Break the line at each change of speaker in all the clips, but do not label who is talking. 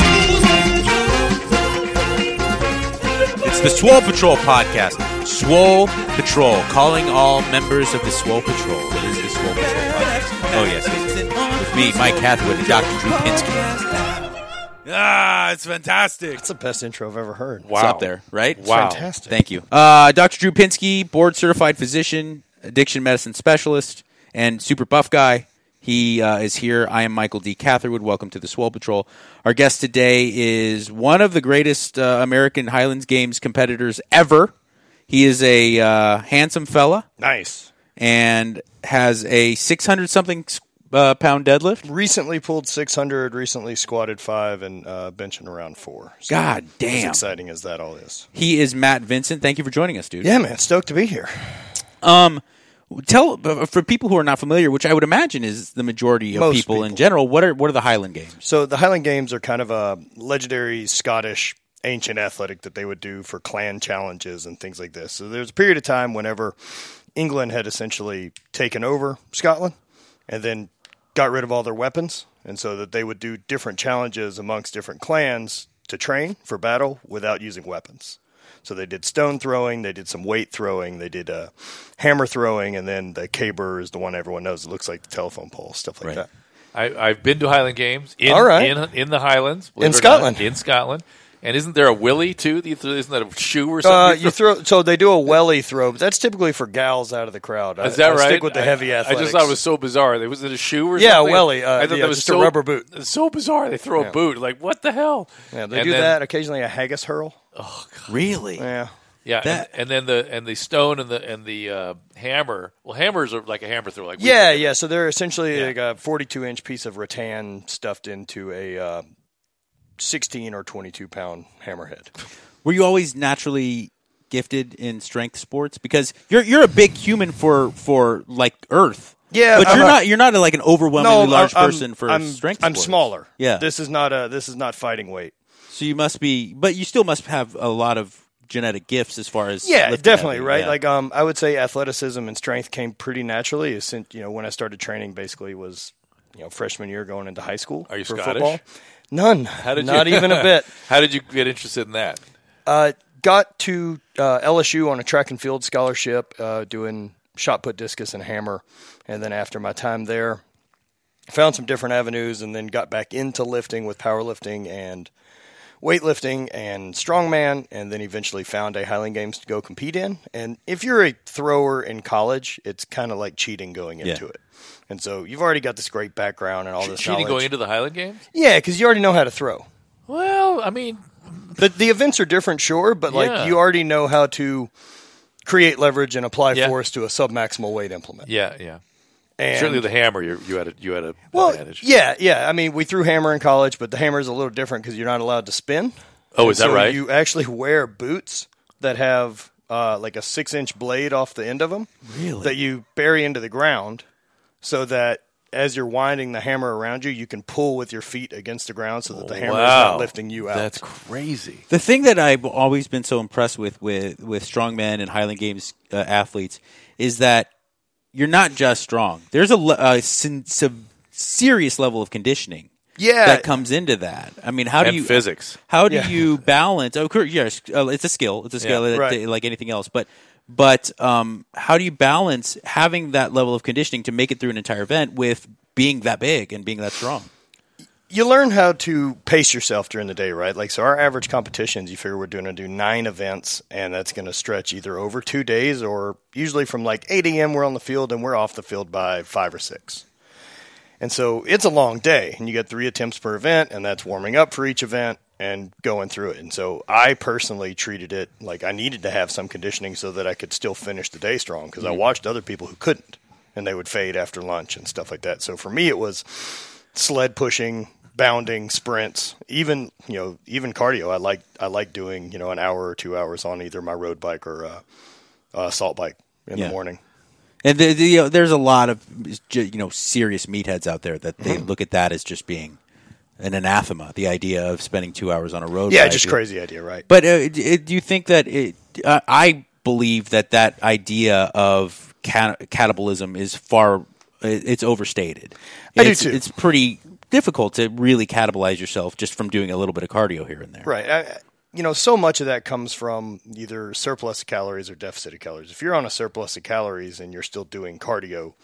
Swole, Swole Patrol.
It's the Swole Patrol podcast. Swole Patrol, calling all members of the Swole Patrol. What is the Swole Patrol podcast? Oh, yes. yes, yes. With me, Mike Hathaway, and Dr. Drew Pinsky. Ah, it's fantastic.
That's the best intro I've ever heard.
Wow. It's up there, right?
Wow. fantastic.
Thank you. Uh, Dr. Drew Pinsky, board certified physician, addiction medicine specialist, and super buff guy. He uh, is here. I am Michael D. Catherwood. Welcome to the Swole Patrol. Our guest today is one of the greatest uh, American Highlands Games competitors ever. He is a uh, handsome fella
Nice.
and has a 600 something uh, pound deadlift.
Recently pulled 600, recently squatted five, and uh, benching around four. So
God
As
damn.
exciting as that all is.
He is Matt Vincent. Thank you for joining us, dude.
Yeah, man. Stoked to be here.
Um, tell for people who are not familiar, which I would imagine is the majority of
Most
people, in
people.
general. What are what are the Highland Games?
So the Highland Games are kind of a legendary Scottish ancient athletic that they would do for clan challenges and things like this. So there's a period of time whenever England had essentially taken over Scotland and then got rid of all their weapons, and so that they would do different challenges amongst different clans to train for battle without using weapons. So they did stone throwing, they did some weight throwing, they did uh, hammer throwing, and then the caber is the one everyone knows. It looks like the telephone pole, stuff like
Right.
that.
I, I've been to Highland Games in
All right.
in, in the Highlands believe
In
it or
Scotland.
not, in Scotland. And isn't there a willy too? Isn't that a shoe or
Uh,
something?
you throw so they do a welly throw, but that's typically for gals out of the crowd. I-
Is that
I
right?
Stick with the heavy
I, I
athletics.
just thought it was so bizarre. Was it a shoe or
Yeah,
something?
welly, uh,
I thought
yeah,
that was
just a
so,
rubber boot.
It's so bizarre. They throw a boot. Like what the hell?
yeah, they
And
do
then- Oh,
that occasionally. A haggis hurl.
Really?
Yeah,
Yeah,
That-
and, and then the and the stone and the and the uh, hammer. Well, hammers are like a hammer throw. Like we
yeah,
think
yeah. So they're essentially like a 42 inch piece of rattan stuffed into a uh, 16 or 22 pound hammerhead.
Were you always naturally gifted in strength sports? Because you're you're a big human for for like Earth.
Yeah,
but
I'm
you're
a-
not you're not like an overwhelmingly large
I'm-
person for
I'm,
strength.
I'm
sports.
smaller.
Yeah.
this is not a this is not fighting weight.
so you must be, but you still must have a lot of genetic gifts as far as
Yeah,
lifting
definitely,
heavy.
right?
Yeah.
Like, um, I would say athleticism and strength came pretty naturally. Since you know, when I started training, basically was you know freshman year going into high school.
Are you
for
Scottish?
football? None.
did
Not
you-
even a bit.
How did you get interested in that?
Uh, got to uh, LSU on a track and field scholarship, uh, doing shot put, discus, and hammer, and then after my time there, found some different avenues, and then got back into lifting with powerlifting and weightlifting and strongman, and then eventually found a Highland Games to go compete in. And if you're a thrower in college, it's kind of like cheating going into it. And so you've already got this great background and all this
Cheating
knowledge.
going into the Highland Games?
yeah, because you already know how to throw.
Well, I mean,
The, the events are different, sure, but like
Yeah.
you already know how to create leverage and apply
Yeah.
force to a submaximal weight implement.
yeah, yeah.
And-
Certainly the hammer. You you had a you had a
well,
advantage.
yeah, yeah. I mean, we threw hammer in college, but the hammer is a little different because you're not allowed to spin.
Oh, is
And
that
so
right?
You actually wear boots that have uh, like a six inch blade off the end of them
Really?
that you bury into the ground so that as you're winding the hammer around you, you can pull with your feet against the ground so that the hammer is
Wow.
not lifting you out.
That's crazy.
The thing that I've always been so impressed with with with strongmen and Highland Games uh, athletes is that you're not just strong. There's a, le- a sin- se- serious level of conditioning
Yeah.
that comes into that. I mean, how do
And
you
physics.
How do
Yeah.
you balance? Oh, cor- yes, uh, it's a skill. It's a skill
Yeah,
that-
right.
like anything else. But but um, how do you balance having that level of conditioning to make it through an entire event with being that big and being that strong?
you learn how to pace yourself during the day, right? Like, so our average competitions, you figure we're going to do nine events, and that's going to stretch either over two days or usually from like 8 a.m. we're on the field and we're off the field by five or six. And so it's a long day, and you get three attempts per event, and that's warming up for each event and going through it. And so I personally treated it like I needed to have some conditioning so that I could still finish the day strong because I watched other people who couldn't, and they would fade after lunch and stuff like that. So for me, it was sled pushing, bounding, sprints, even you know, even cardio. I like I like doing you know an hour or two hours on either my road bike or uh, uh, salt bike in
Yeah.
the morning.
And the, the, you know, there's a lot of you know serious meatheads out there that
Mm-hmm.
they look at that as just being an anathema. The idea of spending two hours on a road,
Yeah,
ride.
just crazy idea, right?
But uh, it, it- do you think that it? Uh, I believe that that idea of cat- catabolism is far. it- It's overstated.
I do
it's,
too.
It's pretty difficult to really catabolize yourself just from doing a little bit of cardio here and there.
Right. I, I- you know, so much of that comes from either surplus of calories or deficit of calories. If you're on a surplus of calories and you're still doing cardio,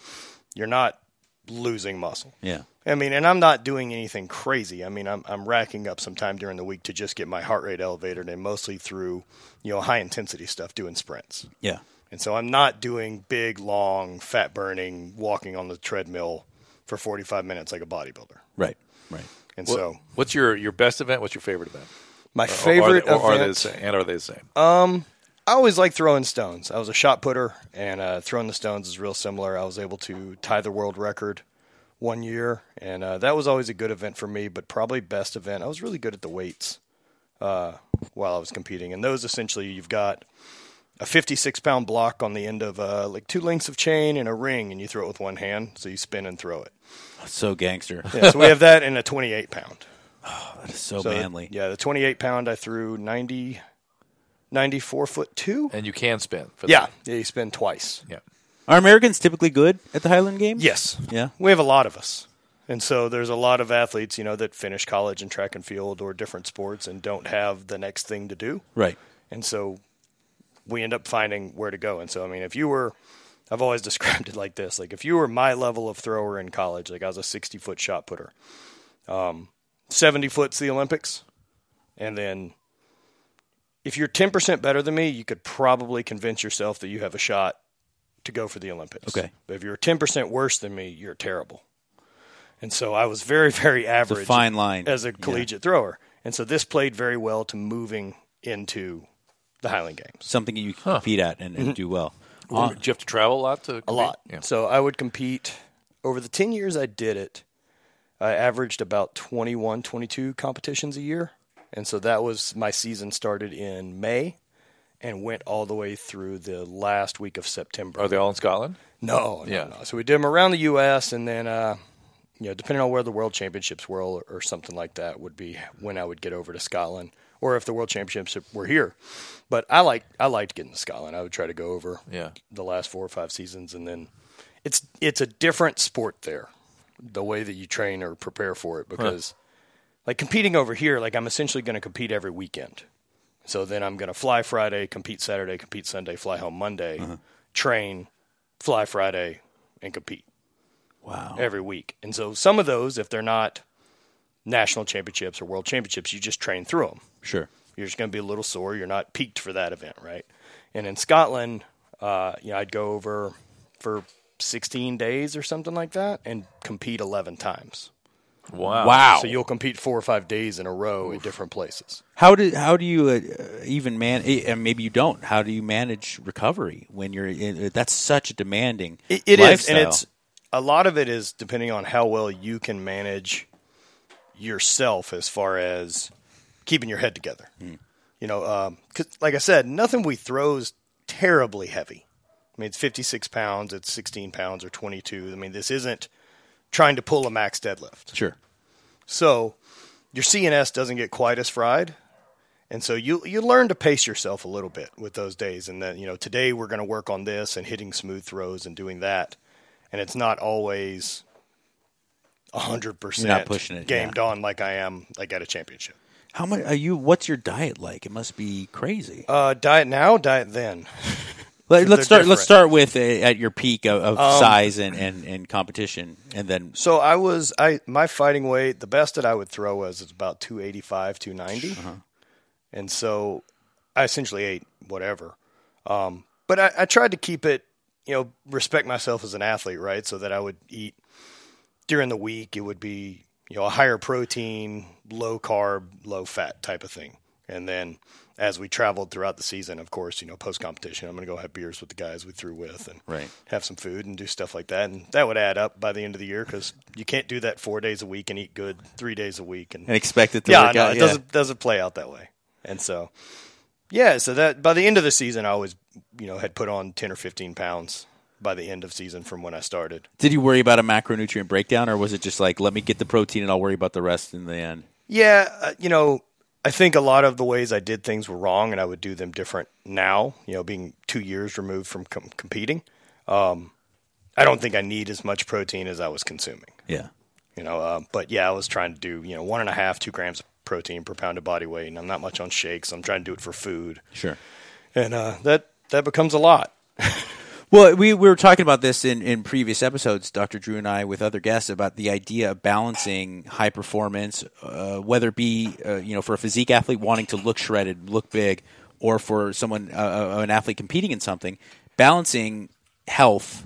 you're not losing muscle.
Yeah.
I mean, and I'm not doing anything crazy. I mean, I'm I'm racking up some time during the week to just get my heart rate elevated and mostly through, you know, high intensity stuff doing sprints.
Yeah.
And so I'm not doing big, long, fat burning, walking on the treadmill for 45 minutes like a bodybuilder.
Right. Right.
And
What-
so
what's your, your best event? What's your favorite event?
my
Or-
favorite
or, are they, or are they the
event- Uh,
same? And are they the same?
I always like throwing stones. I was a shot putter, and uh, throwing the stones is real similar. I was able to tie the world record one year, and uh, that was always a good event for me. But probably best event, I was really good at the weights uh, while I was competing, and those essentially you've got a 56 pound block on the end of uh, like two lengths of chain and a ring, and you throw it with one hand, so you spin and throw it.
So gangster.
Yeah, so we have that and a 28 pound.
So,
So the-
manly.
yeah, the 28 pound I threw 90, 94 foot two.
and you can spin. For
Yeah,
That.
yeah, you spin twice.
Yeah.
Are Americans typically good at the Highland Games?
Yes.
Yeah.
We have a lot of us. And so there's a lot of athletes, you know, that finish college in track and field or different sports and don't have the next thing to do.
Right.
And so we end up finding where to go. And so, I mean, if you were, I've always described it like this like, if you were my level of thrower in college, like I was a 60 foot shot putter, um, 70 foot's the Olympics. And then if you're 10% better than me, you could probably convince yourself that you have a shot to go for the Olympics.
Okay.
But if you're 10% worse than me, you're terrible. And so I was very, very average.
fine line.
As a
Yeah.
collegiate thrower. And so this played very well to moving into the Highland Games
Something you can compete at and,
Mm-hmm.
and do well.
Well, Do you have to travel a lot to
a lot.
Yeah.
So I would compete over the 10 years I did it. I averaged about 21, 22 competitions a year. And so that was my season started in May and went all the way through the last week of September.
Are they all in Scotland?
No, no,
Oh, Yeah.
no. So we did them around the U.S. and then, uh, you know, depending on where the World Championships were or, or something like that would be when I would get over to Scotland or if the World Championships were here. But I like I liked getting to Scotland. I would try to go over
Yeah.
the last four or five seasons and then it's it's a different sport there. The way that you train or prepare for it because like competing over here, like I'm essentially going to compete every weekend. So then I'm going to fly Friday, compete Saturday, compete Sunday, fly home Monday, train, fly Friday, and compete
Wow.
every week. And so some of those, if they're not national championships or world championships, you just train through them.
Sure.
You're just going to be a little sore. You're not peaked for that event, right? And in Scotland, uh, you know, I'd go over for 16 days or something like that and compete 11 times.
Wow.
Wow.
Uh, So you'll compete four or five days in a row at different places.
How do how do you uh, even man? eh, And maybe you don't. How do you manage recovery when you're? In, eh, that's such a demanding.
It, it is, and
lifestyle.
it's a lot of it is depending on how well you can manage yourself as far as keeping your head together. You know, um 'cause like I said, nothing we throw is terribly heavy. I mean, it's 56 pounds, it's 16 pounds or 22. I mean, this isn't trying to pull a max deadlift.
sure.
So your CNS doesn't get quite as fried. And so you you learn to pace yourself a little bit with those days and then you know today we're going to work on this and hitting smooth throws and doing that and it's not always hundred percent
You're not pushing it,
gamed
yeah.
on like I am like at a championship.
How much are you? What's your diet like? It must be crazy.
Uh, diet now, diet then.
Let, us start.
they're
Let's
different. Um,
start with a, at your peak of, of size and, and, and competition, and then
So I was I my fighting weight the best that I would throw was it's about 285 290. And so I essentially ate whatever. Um, but I, I tried to keep it, you know, respect myself as an athlete, right? So that I would eat during the week. It would be, you know, a higher protein, low carb, low fat type of thing. And then as we traveled throughout the season, of course, you know, post competition, I'm going to go have beers with the guys we threw with and
Right.
have some food and do stuff like that. And that would add up by the end of the year because you can't do that four days a week and eat good three days a week. And,
and expect it to
yeah,
work
no,
out.
it doesn't doesn't play out that way. And so, yeah, so that by the end of the season, I always you know had put on ten or fifteen pounds by the end of season from when I started.
Did you worry about a macronutrient breakdown, or was it just like, let me get the protein and I'll worry about the rest in the end?
Yeah, uh, you know, I think a lot of the ways I did things were wrong, and I would do them different now. You know, being two years removed from com- competing, um, I don't think I need as much protein as I was consuming.
Yeah.
You know, uh, but yeah, I was trying to do you know one and a half, two grams of protein per pound of body weight, and I'm not much on shakes. I'm trying to do it for food.
Sure.
and uh, that that becomes a lot.
Well, we, we were talking about this in, in previous episodes, Dr. Drew and I, with other guests, about the idea of balancing high performance, uh, whether it be uh, you know for a physique athlete wanting to look shredded, look big, or for someone uh, uh, an athlete competing in something, balancing health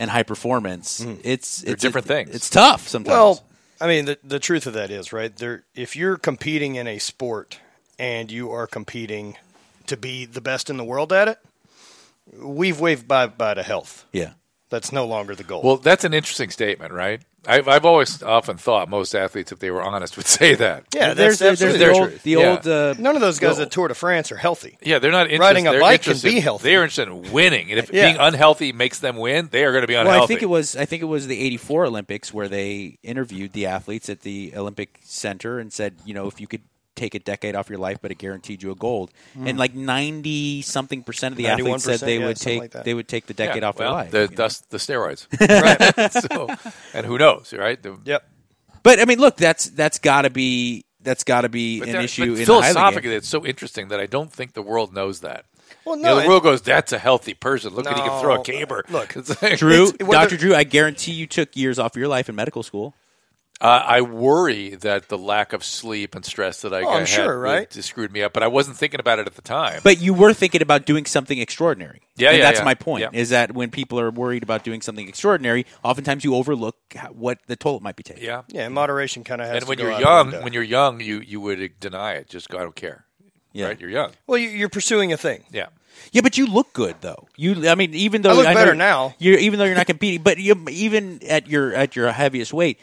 and high performance. It's it's
different
it-
things.
It's tough sometimes.
Well, I mean, the the truth of that is right there. If you're competing in a sport and you are competing to be the best in the world at it, we've waved bye bye to health.
yeah.
That's no longer the goal.
Well, that's an interesting statement, right? I've, I've always often thought most athletes, if they were honest, would say that.
yeah,
there's
there's,
there's, there's
absolutely
the
their
old
truth.
the
Yeah.
old uh,
none of those guys that Tour de France are healthy.
Yeah, they're not interested.
Riding a
they're
bike can
interested-
be healthy.
They're interested in winning, and if
Yeah.
being unhealthy makes them win, they are going to be unhealthy.
Well, I think it was I think it was the '84 Olympics where they interviewed the athletes at the Olympic Center and said, you know, if you could take a decade off your life, but it guaranteed you a gold, and like ninety something percent of the athletes said
91%,
they
Mm. yeah,
would
something
take
like that.
they would take the decade
Yeah,
off
well,
their life.
The,
you know?
that's the steroids, right? so, and who knows, right? The-
Yep.
But I mean, look, that's that's got to be that's got to be
But
an
that-
issue
but
in the highlight
philosophically,
game.
it's so interesting that I don't think the world knows that.
Well,
You
no,
know, the
and-
world goes, "That's a healthy person. Look at he can throw a
No,
caber."
look,
It's like-
Drew,
it's- what
Doctor
the-
Drew, I guarantee you took years off your life in medical school.
Uh, I worry that the lack of sleep and stress that I
Oh, I'm
had
sure,
really
right?
just screwed me up. But I wasn't thinking about it at the time.
But you were thinking about doing something extraordinary.
Yeah,
And
yeah,
That's
yeah.
my point.
Yeah.
Is that when people are worried about doing something extraordinary, oftentimes you overlook how- what the toll it might be taking.
yeah,
Yeah, and moderation kind of has.
and
to
when
go
you're
out uh,
young,
the window.
when you're young, you you would deny it. Just go, I don't care.
Yeah.
Right? You're young.
well, you- you're pursuing a thing.
Yeah.
Yeah, but you look good though. You, I mean, even though
I look
know
better now.
You're even though you're not competing, but you, even at your at your heaviest weight,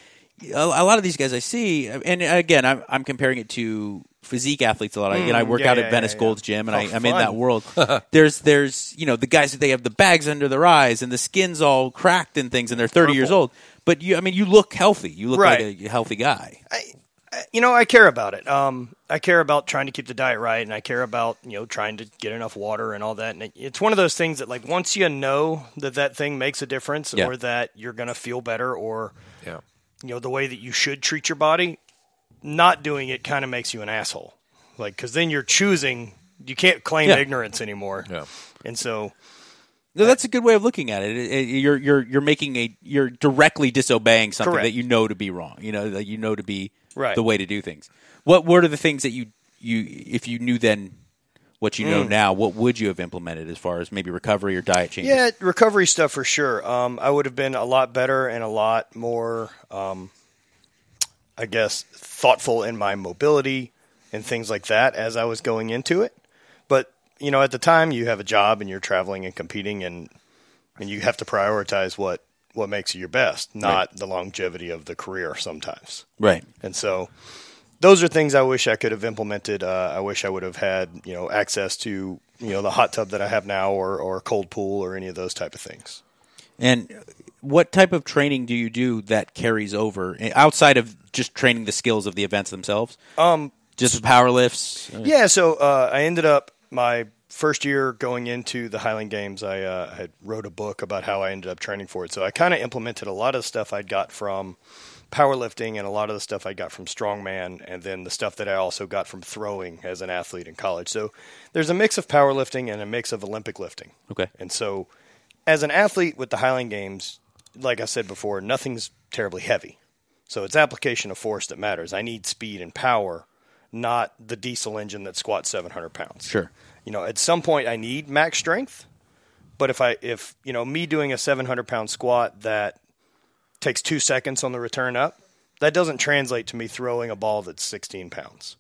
a, a lot of these guys I see, and again, I'm I'm comparing it to physique athletes a lot. I and I work
Mm, yeah,
out
yeah,
at Venice
yeah, yeah.
Gold's gym, and
Oh,
I, I'm in
fun.
that world. there's there's you know the guys that they have the bags under their eyes and the skin's all cracked and things, and they're 30 years old. But you, I mean, you look healthy. You look
Right.
like a healthy guy.
you know, I care about it. Um, I care about trying to keep the diet right, and I care about you know trying to get enough water and all that. And it, it's one of those things that like once you know that that thing makes a difference,
Yeah.
or that you're gonna feel better, or
Yeah.
you know the way that you should treat your body, not doing it kind of makes you an asshole. Like because then you're choosing. You can't claim
Yeah.
ignorance anymore.
Yeah.
And so
No, that's a good way of looking at it. It- it- You're you're you're making a you're directly disobeying something
Correct.
that you know to be wrong. You know that you know to be
Right.
the way to do things. What what are the things that you you if you knew then what you
Mm.
know now, what would you have implemented as far as maybe recovery or diet changes?
Yeah, recovery stuff for sure. Um, I would have been a lot better and a lot more, um, I guess, thoughtful in my mobility and things like that as I was going into it. But you know, at the time, you have a job and you're traveling and competing, and and you have to prioritize what what makes you your best, not the longevity of the career sometimes.
Right.
And so those are things I wish I could have implemented. Uh, I wish I would have had, you know, access to, you know, the hot tub that I have now or, or cold pool or any of those type of things.
And what type of training do you do that carries over eh, outside of just training the skills of the events themselves? Um just power lifts.
Yeah. So uh, I ended up my first year going into the Highland Games. I uh, had wrote a book about how I ended up training for it. So I kind of implemented a lot of stuff I'd got from powerlifting and a lot of the stuff I got from strongman, and then the stuff that I also got from throwing as an athlete in college. So there's a mix of powerlifting and a mix of Olympic lifting.
Okay.
And so, as an athlete with the Highland Games, like I said before, nothing's terribly heavy. So it's application of force that matters. I need speed and power, not the diesel engine that squats 700 pounds.
Sure.
You know, at some point I need max strength, but if I if you know me doing a 700 pound squat that takes two seconds on the return up, that doesn't translate to me throwing a ball that's 16 pounds.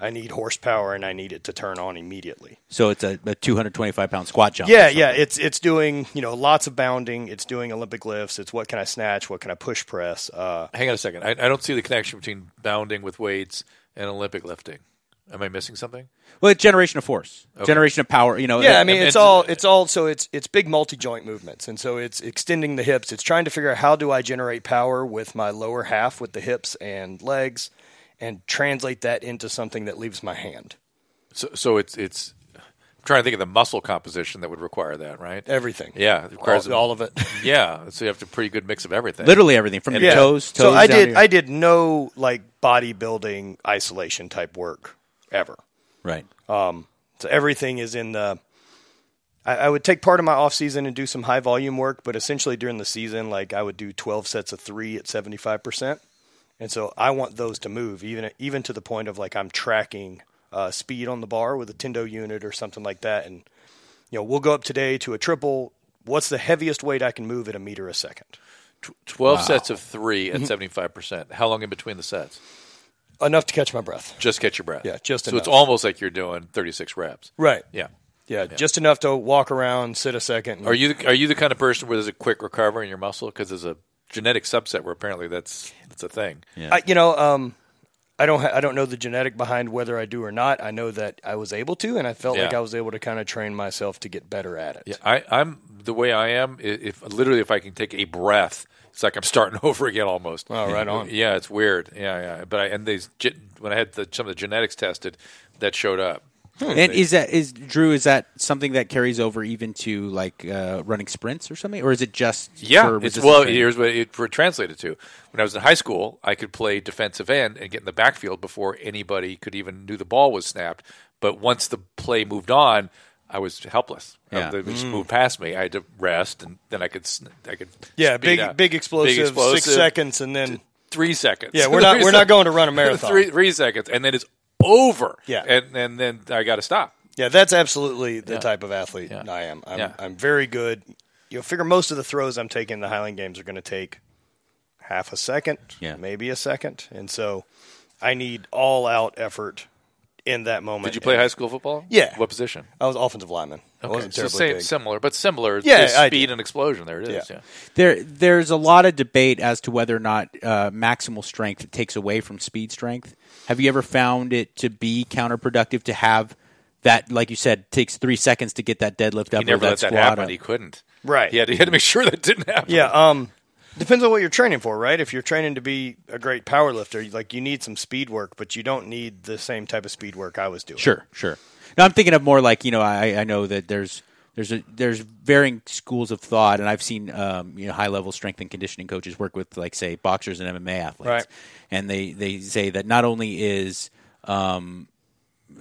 I need horsepower and I need it to turn on immediately.
So it's a, a 225 pound squat jump.
Yeah, yeah. It's it's doing you know lots of bounding. It's doing Olympic lifts. It's what can I snatch? What can I push press? Uh,
Hang on a second. I, I don't see the connection between bounding with weights and Olympic lifting. Am I missing something?
Well, it's generation of force, generation of power. You know.
yeah, I
and-
mean
and-
it's all it's all so it's it's big multi joint movements, and so it's extending the hips. It's trying to figure out how do I generate power with my lower half with the hips and legs, and translate that into something that leaves my hand.
So, so it's it's. I'm trying to think of the muscle composition that would require that, right?
Everything.
Yeah, it requires
all, all of it.
Yeah, so you have a pretty good mix of everything.
literally everything from your toes. toes
so I
down
did
to your-
I did no like bodybuilding isolation type work ever.
right.
Um, So everything is in the. I, I would take part of my off season and do some high volume work, but essentially during the season, like I would do twelve sets of three at seventy five percent, and so I want those to move even even to the point of like I'm tracking uh, speed on the bar with a tendo unit or something like that, and you know we'll go up today to a triple. What's the heaviest weight I can move at a meter a second?
Tw- Twelve sets of three
Mm-hmm.
at seventy five percent. How long in between the sets?
Enough to catch my breath.
Just catch your breath.
Yeah, just
so it's
enough.
almost like you're doing thirty six reps.
Right.
Yeah.
Yeah, just enough to walk around, sit a second.
Are you the, are you the kind of person where there's a quick recovery in your muscle because there's a genetic subset where apparently that's that's a thing. Yeah.
I, you know, um, I don't. Ha- I don't know the genetic behind whether I do or not. I know that I was able to, and I felt
Yeah.
like I was able to kind of train myself to get better at it.
I, I'm the way I am. i- If literally, if I can take a breath, it's like I'm starting over again almost.
Oh, right on.
Yeah, it's weird. Yeah, yeah. But I and these ge- when I had the, some of the genetics tested, that showed up.
And is that is Drew? Is that something that carries over even to like uh, running sprints or something, or is it just
Yeah,
for
it's,
resistance
well,
training?
here's what it were translated to. When I was in high school, I could play defensive end and get in the backfield before anybody could even knew the ball was snapped. But once the play moved on, I was helpless. Uh,
Yeah.
They just
Mm.
moved past me. I had to rest, and then I could sn- I could
Yeah,
speed
big,
up.
big explosive, six
explosive,
seconds, and then
three seconds.
Yeah, we're not- we're not going to run a marathon.
three three seconds, and then it's over.
Yeah.
and and then I got to stop.
yeah, that's absolutely the type of athlete
Yeah.
I am. I'm,
Yeah.
I'm very good. You'll figure most of the throws I'm taking in the Highland Games are going to take half a second,
Yeah.
maybe a second, and so I need all out effort in that moment.
Did you play
And
high school football?
Yeah.
What position?
I was offensive lineman. I
Okay,
wasn't
so
terribly
same,
big.
similar, but similar.
Yeah,
to
I
speed
do.
and explosion. There it is.
Yeah.
yeah.
There, there's a lot of debate as to whether or not uh, maximal strength takes away from speed strength. Have you ever found it to be counterproductive to have that, like you said, takes three seconds to get that deadlift up
He never
or
let
that
that
squat
happen.
up?
He couldn't.
Right.
He had, he had to make sure that didn't happen.
Yeah, um depends on what you're training for, right? If you're training to be a great power lifter, you- like you need some speed work, but you don't need the same type of speed work I was doing.
Sure, sure. Now I'm thinking of more like you know I, I know that there's there's a, there's varying schools of thought, and I've seen um, you know high level strength and conditioning coaches work with like say boxers and MMA athletes,
Right.
and they they say that not only is um,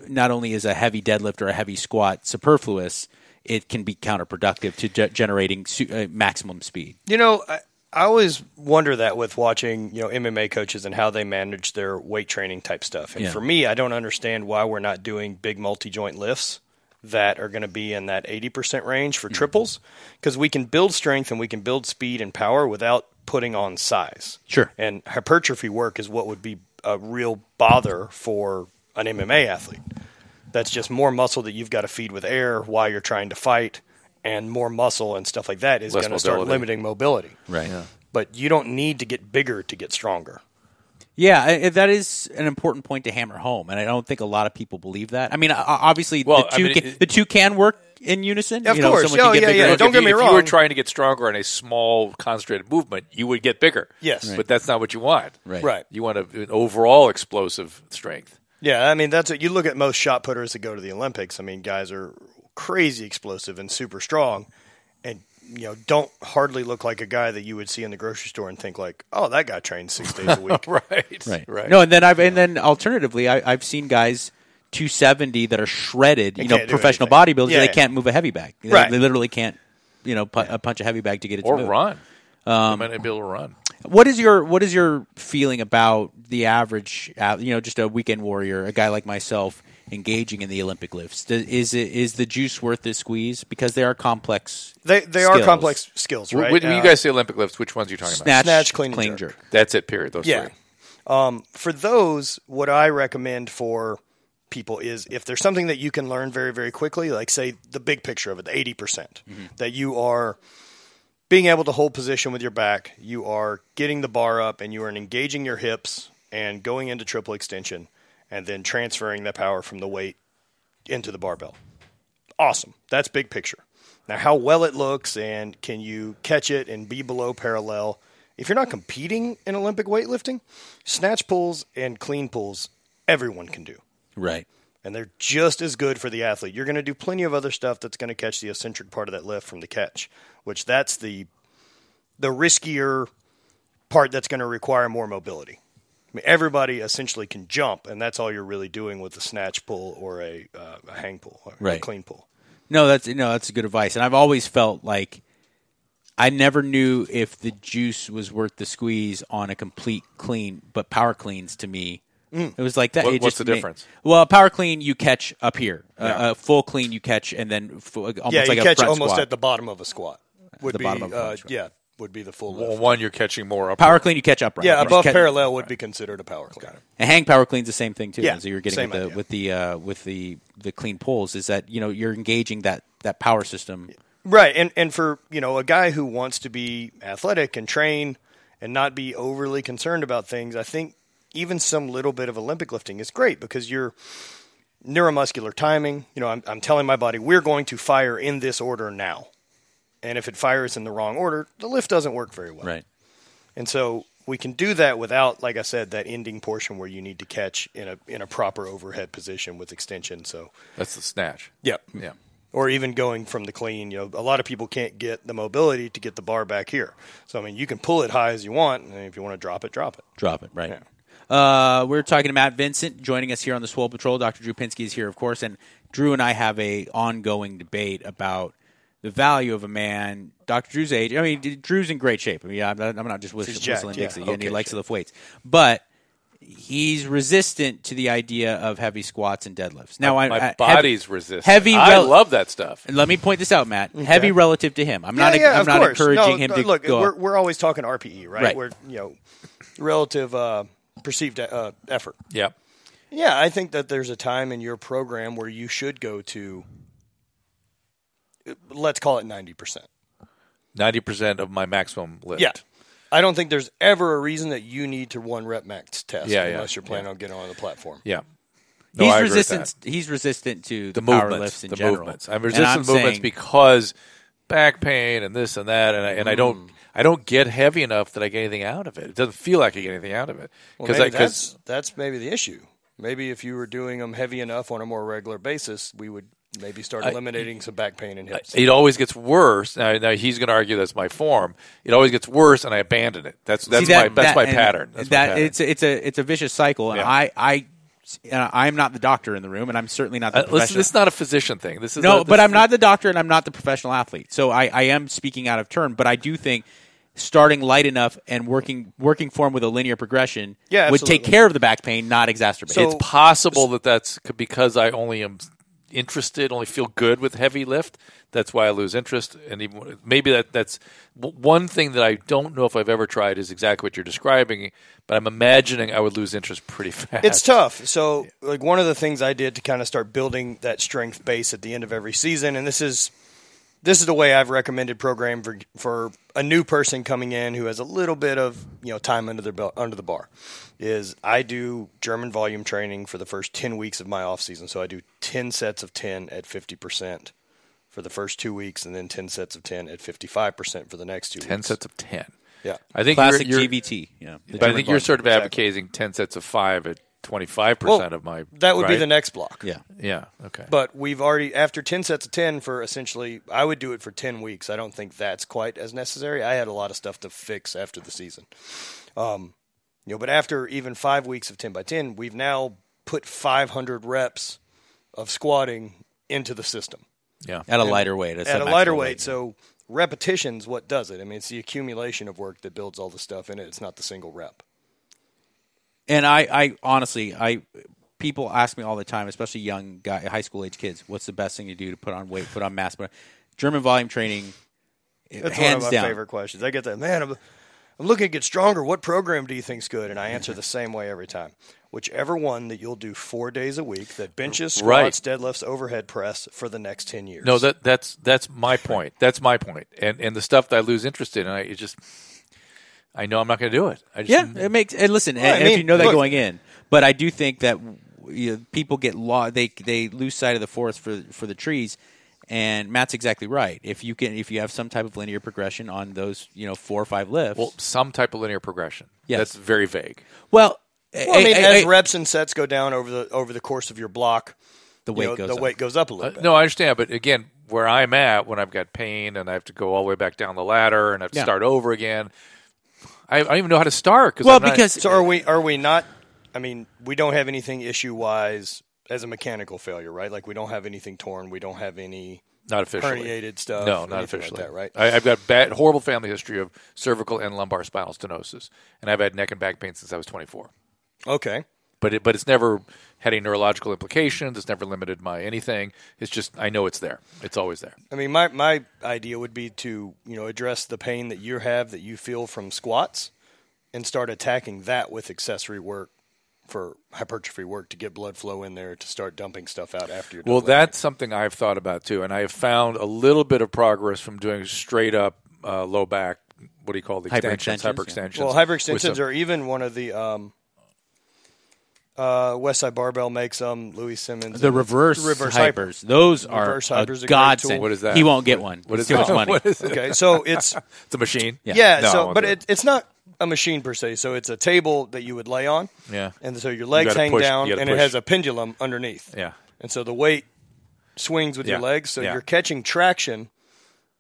not only is a heavy deadlift or a heavy squat superfluous, it can be counterproductive to ge- generating su- uh, maximum speed.
You know, I, I always wonder that with watching, you know, MMA coaches and how they manage their weight training type stuff. And
Yeah.
for me, I don't understand why we're not doing big multi joint lifts that are going to be in that 80% range for triples because we can build strength and we can build speed and power without putting on size.
Sure.
And hypertrophy work is what would be a real bother for an MMA athlete. That's just more muscle that you've got to feed with air while you're trying to fight, and more muscle and stuff like that is
Less
going to start
mobility.
limiting mobility.
Right.
But you don't need to get bigger to get stronger.
Yeah, I, I- that is an important point to hammer home, and I don't think a lot of people believe that. I mean, o- obviously,
Well,
the
I
two
mean,
can,
it-
the two can work in unison.
Of
you know,
course.
someone can
Oh,
get
yeah,
bigger
yeah.
and
Don't
if
get
you-
me
If you were
wrong.
trying to get stronger in a small, concentrated movement, you would get bigger.
Yes. Right.
But that's not what you want.
Right.
Right.
You want a, an overall explosive strength.
Yeah, I mean that's what you look at most shot putters that go to the Olympics. I mean, guys are crazy explosive and super strong, and you know don't hardly look like a guy that you would see in the grocery store and think like, oh, that guy trains six days a week.
Right.
Right.
Right.
No, and then I've and then alternatively, I, I've seen guys 270 that are shredded. You know,
can't do
professional
anything.
bodybuilders.
Yeah,
they
yeah.
can't move a heavy bag. They-
Right.
They literally can't. You know, pu- uh, punch a heavy bag to get it. to
or
move.
run. Um, I might be able to run.
What is your What is your feeling about the average? out- You know, just a weekend warrior, a guy like myself, engaging in the Olympic lifts. Do- Is it is the juice worth the squeeze? Because they are complex.
They they are
skills.
complex skills,
Wh-
right?
When, when
Uh,
you guys say Olympic lifts, which ones are you talking about?
Snatch,
Snatch,
clean,
clean, and
jerk.
jerk.
That's it. Period. Those
Yeah.
three.
Um, for those, what I recommend for people is if there's something that you can learn very, very quickly, like say the big picture of it, the 80%, percent that you are being able to hold position with your back, you are getting the bar up, and you are engaging your hips and going into triple extension and then transferring the power from the weight into the barbell. Awesome. That's big picture. Now, how well it looks and can you catch it and be below parallel? If you're not competing in Olympic weightlifting, snatch pulls and clean pulls, everyone can do.
Right.
And they're just as good for the athlete. You're going to do plenty of other stuff that's going to catch the eccentric part of that lift from the catch, which that's the the riskier part that's going to require more mobility. I mean, everybody essentially can jump, and that's all you're really doing with a snatch pull or a, uh, a hang pull, or a
Right.
clean pull.
No, that's no, that's good advice. And I've always felt like I never knew if the juice was worth the squeeze on a complete clean, but power cleans to me,
Mm.
it was like that.
What-
it
what's
just
the
ma-
difference?
well, a power clean you catch up here, uh, a full clean you catch, and then f- almost
Yeah,
like
you
a
catch
front
almost
squat.
at the bottom of a squat. Would
the
be,
bottom of a
uh,
front squat.
yeah, would be the full
Well,
lift.
one you're catching more up.
power clean you catch upright.
yeah,
You just
above
catch-
parallel would be considered a power clean.
And hang power clean's the same thing too.
Yeah,
so you're getting
same
with the
idea.
with the uh, with the the clean pulls is that you know you're engaging that that power system.
Right, and and for you know a guy who wants to be athletic and train and not be overly concerned about things, I think even some little bit of Olympic lifting is great because you're neuromuscular timing. You know, I'm, I'm telling my body we're going to fire in this order now, and if it fires in the wrong order, the lift doesn't work very well.
Right.
And so we can do that without, like I said, that ending portion where you need to catch in a in a proper overhead position with extension. So
That's the snatch.
yeah,
Yeah.
Or even going from the clean, you know, a lot of people can't get the mobility to get the bar back here. So I mean, you can pull it high as you want, and if you want to drop it, drop it.
Drop it, right. Uh, we're talking to Matt Vincent joining us here on the Swole Patrol. Dr. Drew Pinsky is here, of course, and Drew and I have a ongoing debate about the value of a man. Dr. Drew's age. I mean, D- Drew's in great shape. I mean, I'm not, I'm not just whistling,
He's jacked,
whistling
yeah.
Dixie, and he
Okay,
likes to lift weights, but he's resistant to the idea of heavy squats and deadlifts. Now, I, I-
My
heavy-
body's resistant.
Heavy.
I
rel-
love that stuff.
And Let me point this out, Matt. Heavy relative to him. I'm not. I'm not encouraging him to
look.
go.
We're we're always talking RPE, right?
Right.
We're you know relative uh, perceived uh, effort.
Yeah.
Yeah, I think that there's a time in your program where you should go to, let's call it 90%.
Ninety percent of my maximum lift.
Yeah. I don't think there's ever a reason that you need to one rep max test
Yeah, yeah,
unless you're planning
yeah.
on getting on the platform.
Yeah. No,
He's
I agree with
resistant.
that.
He's resistant to
the
the, power
movements,
lifts in
the
general.
movements. I'm
And
resistant to movements
saying-
because back pain and this and that, and I, and I
Mm.
don't I don't get heavy enough that I get anything out of it. It doesn't feel like I get anything out of it
Well,
because
maybe that's that's maybe the issue. Maybe if you were doing them heavy enough on a more regular basis, we would maybe start eliminating some back pain and hips.
it always gets worse. Now, now he's going to argue that's my form. It always gets worse, and I abandon it. That's that's
See, that-
my that's
that-
my
and
pattern. That's my
that
pattern.
it's a, it's a it's a vicious cycle, and
Yeah.
I I and I'm not the doctor in the room, and I'm certainly not the
Uh, listen,
professional.
this is not a physician thing. This is
no,
a-
but
this
I'm
is-
not the doctor, and I'm not the professional athlete, so I, I am speaking out of turn. But I do think starting light enough and working working form with a linear progression
Yeah,
would take
absolutely.
care of the back pain, not exacerbate.
So-
it.
It's possible that that's c- because I only am interested, only feel good with heavy lift. That's why I lose interest, and even maybe that that's w- one thing that I don't know if I've ever tried is exactly what you're describing. But I'm imagining I would lose interest pretty fast.
It's tough. So, like one of the things I did to kind of start building that strength base at the end of every season, and this is this is the way I've recommended program for for a new person coming in who has a little bit of you know time under their belt under the bar, is I do German volume training for the first ten weeks of my off season. So I do ten sets of ten at fifty percent for the first two weeks, and then ten sets of ten at fifty five percent for the next two.
ten
weeks.
sets of ten.
Yeah.
I think
classic
you're, you're,
GVT. Yeah,
But I think you're sort of advocating ten sets of five at 25% of my
that would be
right?
the next block.
Yeah.
Yeah, okay.
But we've already after ten sets of ten for essentially, I would do it for ten weeks. I don't think that's quite as necessary. I had a lot of stuff to fix after the season, um, you know. But after even five weeks of ten by ten, we've now put five hundred reps of squatting into the system
yeah.
At a lighter weight. It's
at a
some
lighter
actual
weight. So repetitions, what does it? I mean, it's the accumulation of work that builds all the stuff in it. It's not the single rep.
And I, I honestly, I people ask me all the time, especially young guy, high school age kids, what's the best thing to do to put on weight, put on mass? But German volume training,
That's
hands
one of my
down.
favorite questions. I get that, man. I'm, I'm looking to get stronger. What program do you think's good? And I answer the same way every time. Whichever one that you'll do four days a week that benches,
Right.
squats, deadlifts, overhead press for the next ten years.
No, that that's that's my point. That's my point. And and the stuff that I lose interest in, I it just I know I'm not going to do it. I just,
Yeah, it makes. And listen, and,
I
and if
mean,
you know that
look-
going in, but I do think that you know, people get law. They they lose sight of the forest for for the trees. And Matt's exactly right. If you can, if you have some type of linear progression on those, you know, four or five lifts.
Well, some type of linear progression.
Yes.
That's very vague.
well,
Well, I mean,
eh, eh,
as
eh,
reps and sets go down over the over the course of your block,
the
you
weight
know,
goes
the
up.
weight goes up a little
Uh,
bit.
no, I understand, but again, where I'm at when I've got pain and I have to go all the way back down the ladder and I have to
Yeah.
start over again, I, I don't even know how to start. Cause
Well,
I'm not-
because
So are we? Are we not? I mean, we don't have anything issue wise as a mechanical failure, right? Like we don't have anything torn. We don't have any
not officially
herniated stuff.
No,
anything
not
like
officially.
that, right?
I, I've got bad, horrible family history of cervical and lumbar spinal stenosis, and I've had neck and back pain since I was 24.
Okay.
but it, but it's never had any neurological implications. It's never limited my anything. It's just I know it's there. It's always there.
I mean, my, my idea would be to you know address the pain that you have that you feel from squats, and start attacking that with accessory work for hypertrophy work to get blood flow in there to start dumping stuff out after you're done
Well,
lifting.
that's something I've thought about too, and I have found a little bit of progress from doing straight up uh, low back. What do you call the extensions?
Hyperextensions,
Hyperextensions.
well
with some-
hyperextensions are even one of the um, uh, Westside Barbell makes them. Louis Simmons
The
and-
reverse,
reverse hyper.
hypers. Those are
Reverse
a
hyper's a great
godsend.
tool.
What is that?
He won't get one.
What
It's too
is
much
that?
money.
What is it?
Okay, so it's
It's a machine.
Yeah,
No, I
so
won't
but
do
it, it's not a machine per se. So it's a table that you would lay on.
Yeah.
And so your legs
gotta
hang
push-
down
you gotta
and it
push.
has a pendulum underneath.
Yeah.
And so the weight swings with your
Yeah.
legs, so
Yeah.
you're catching traction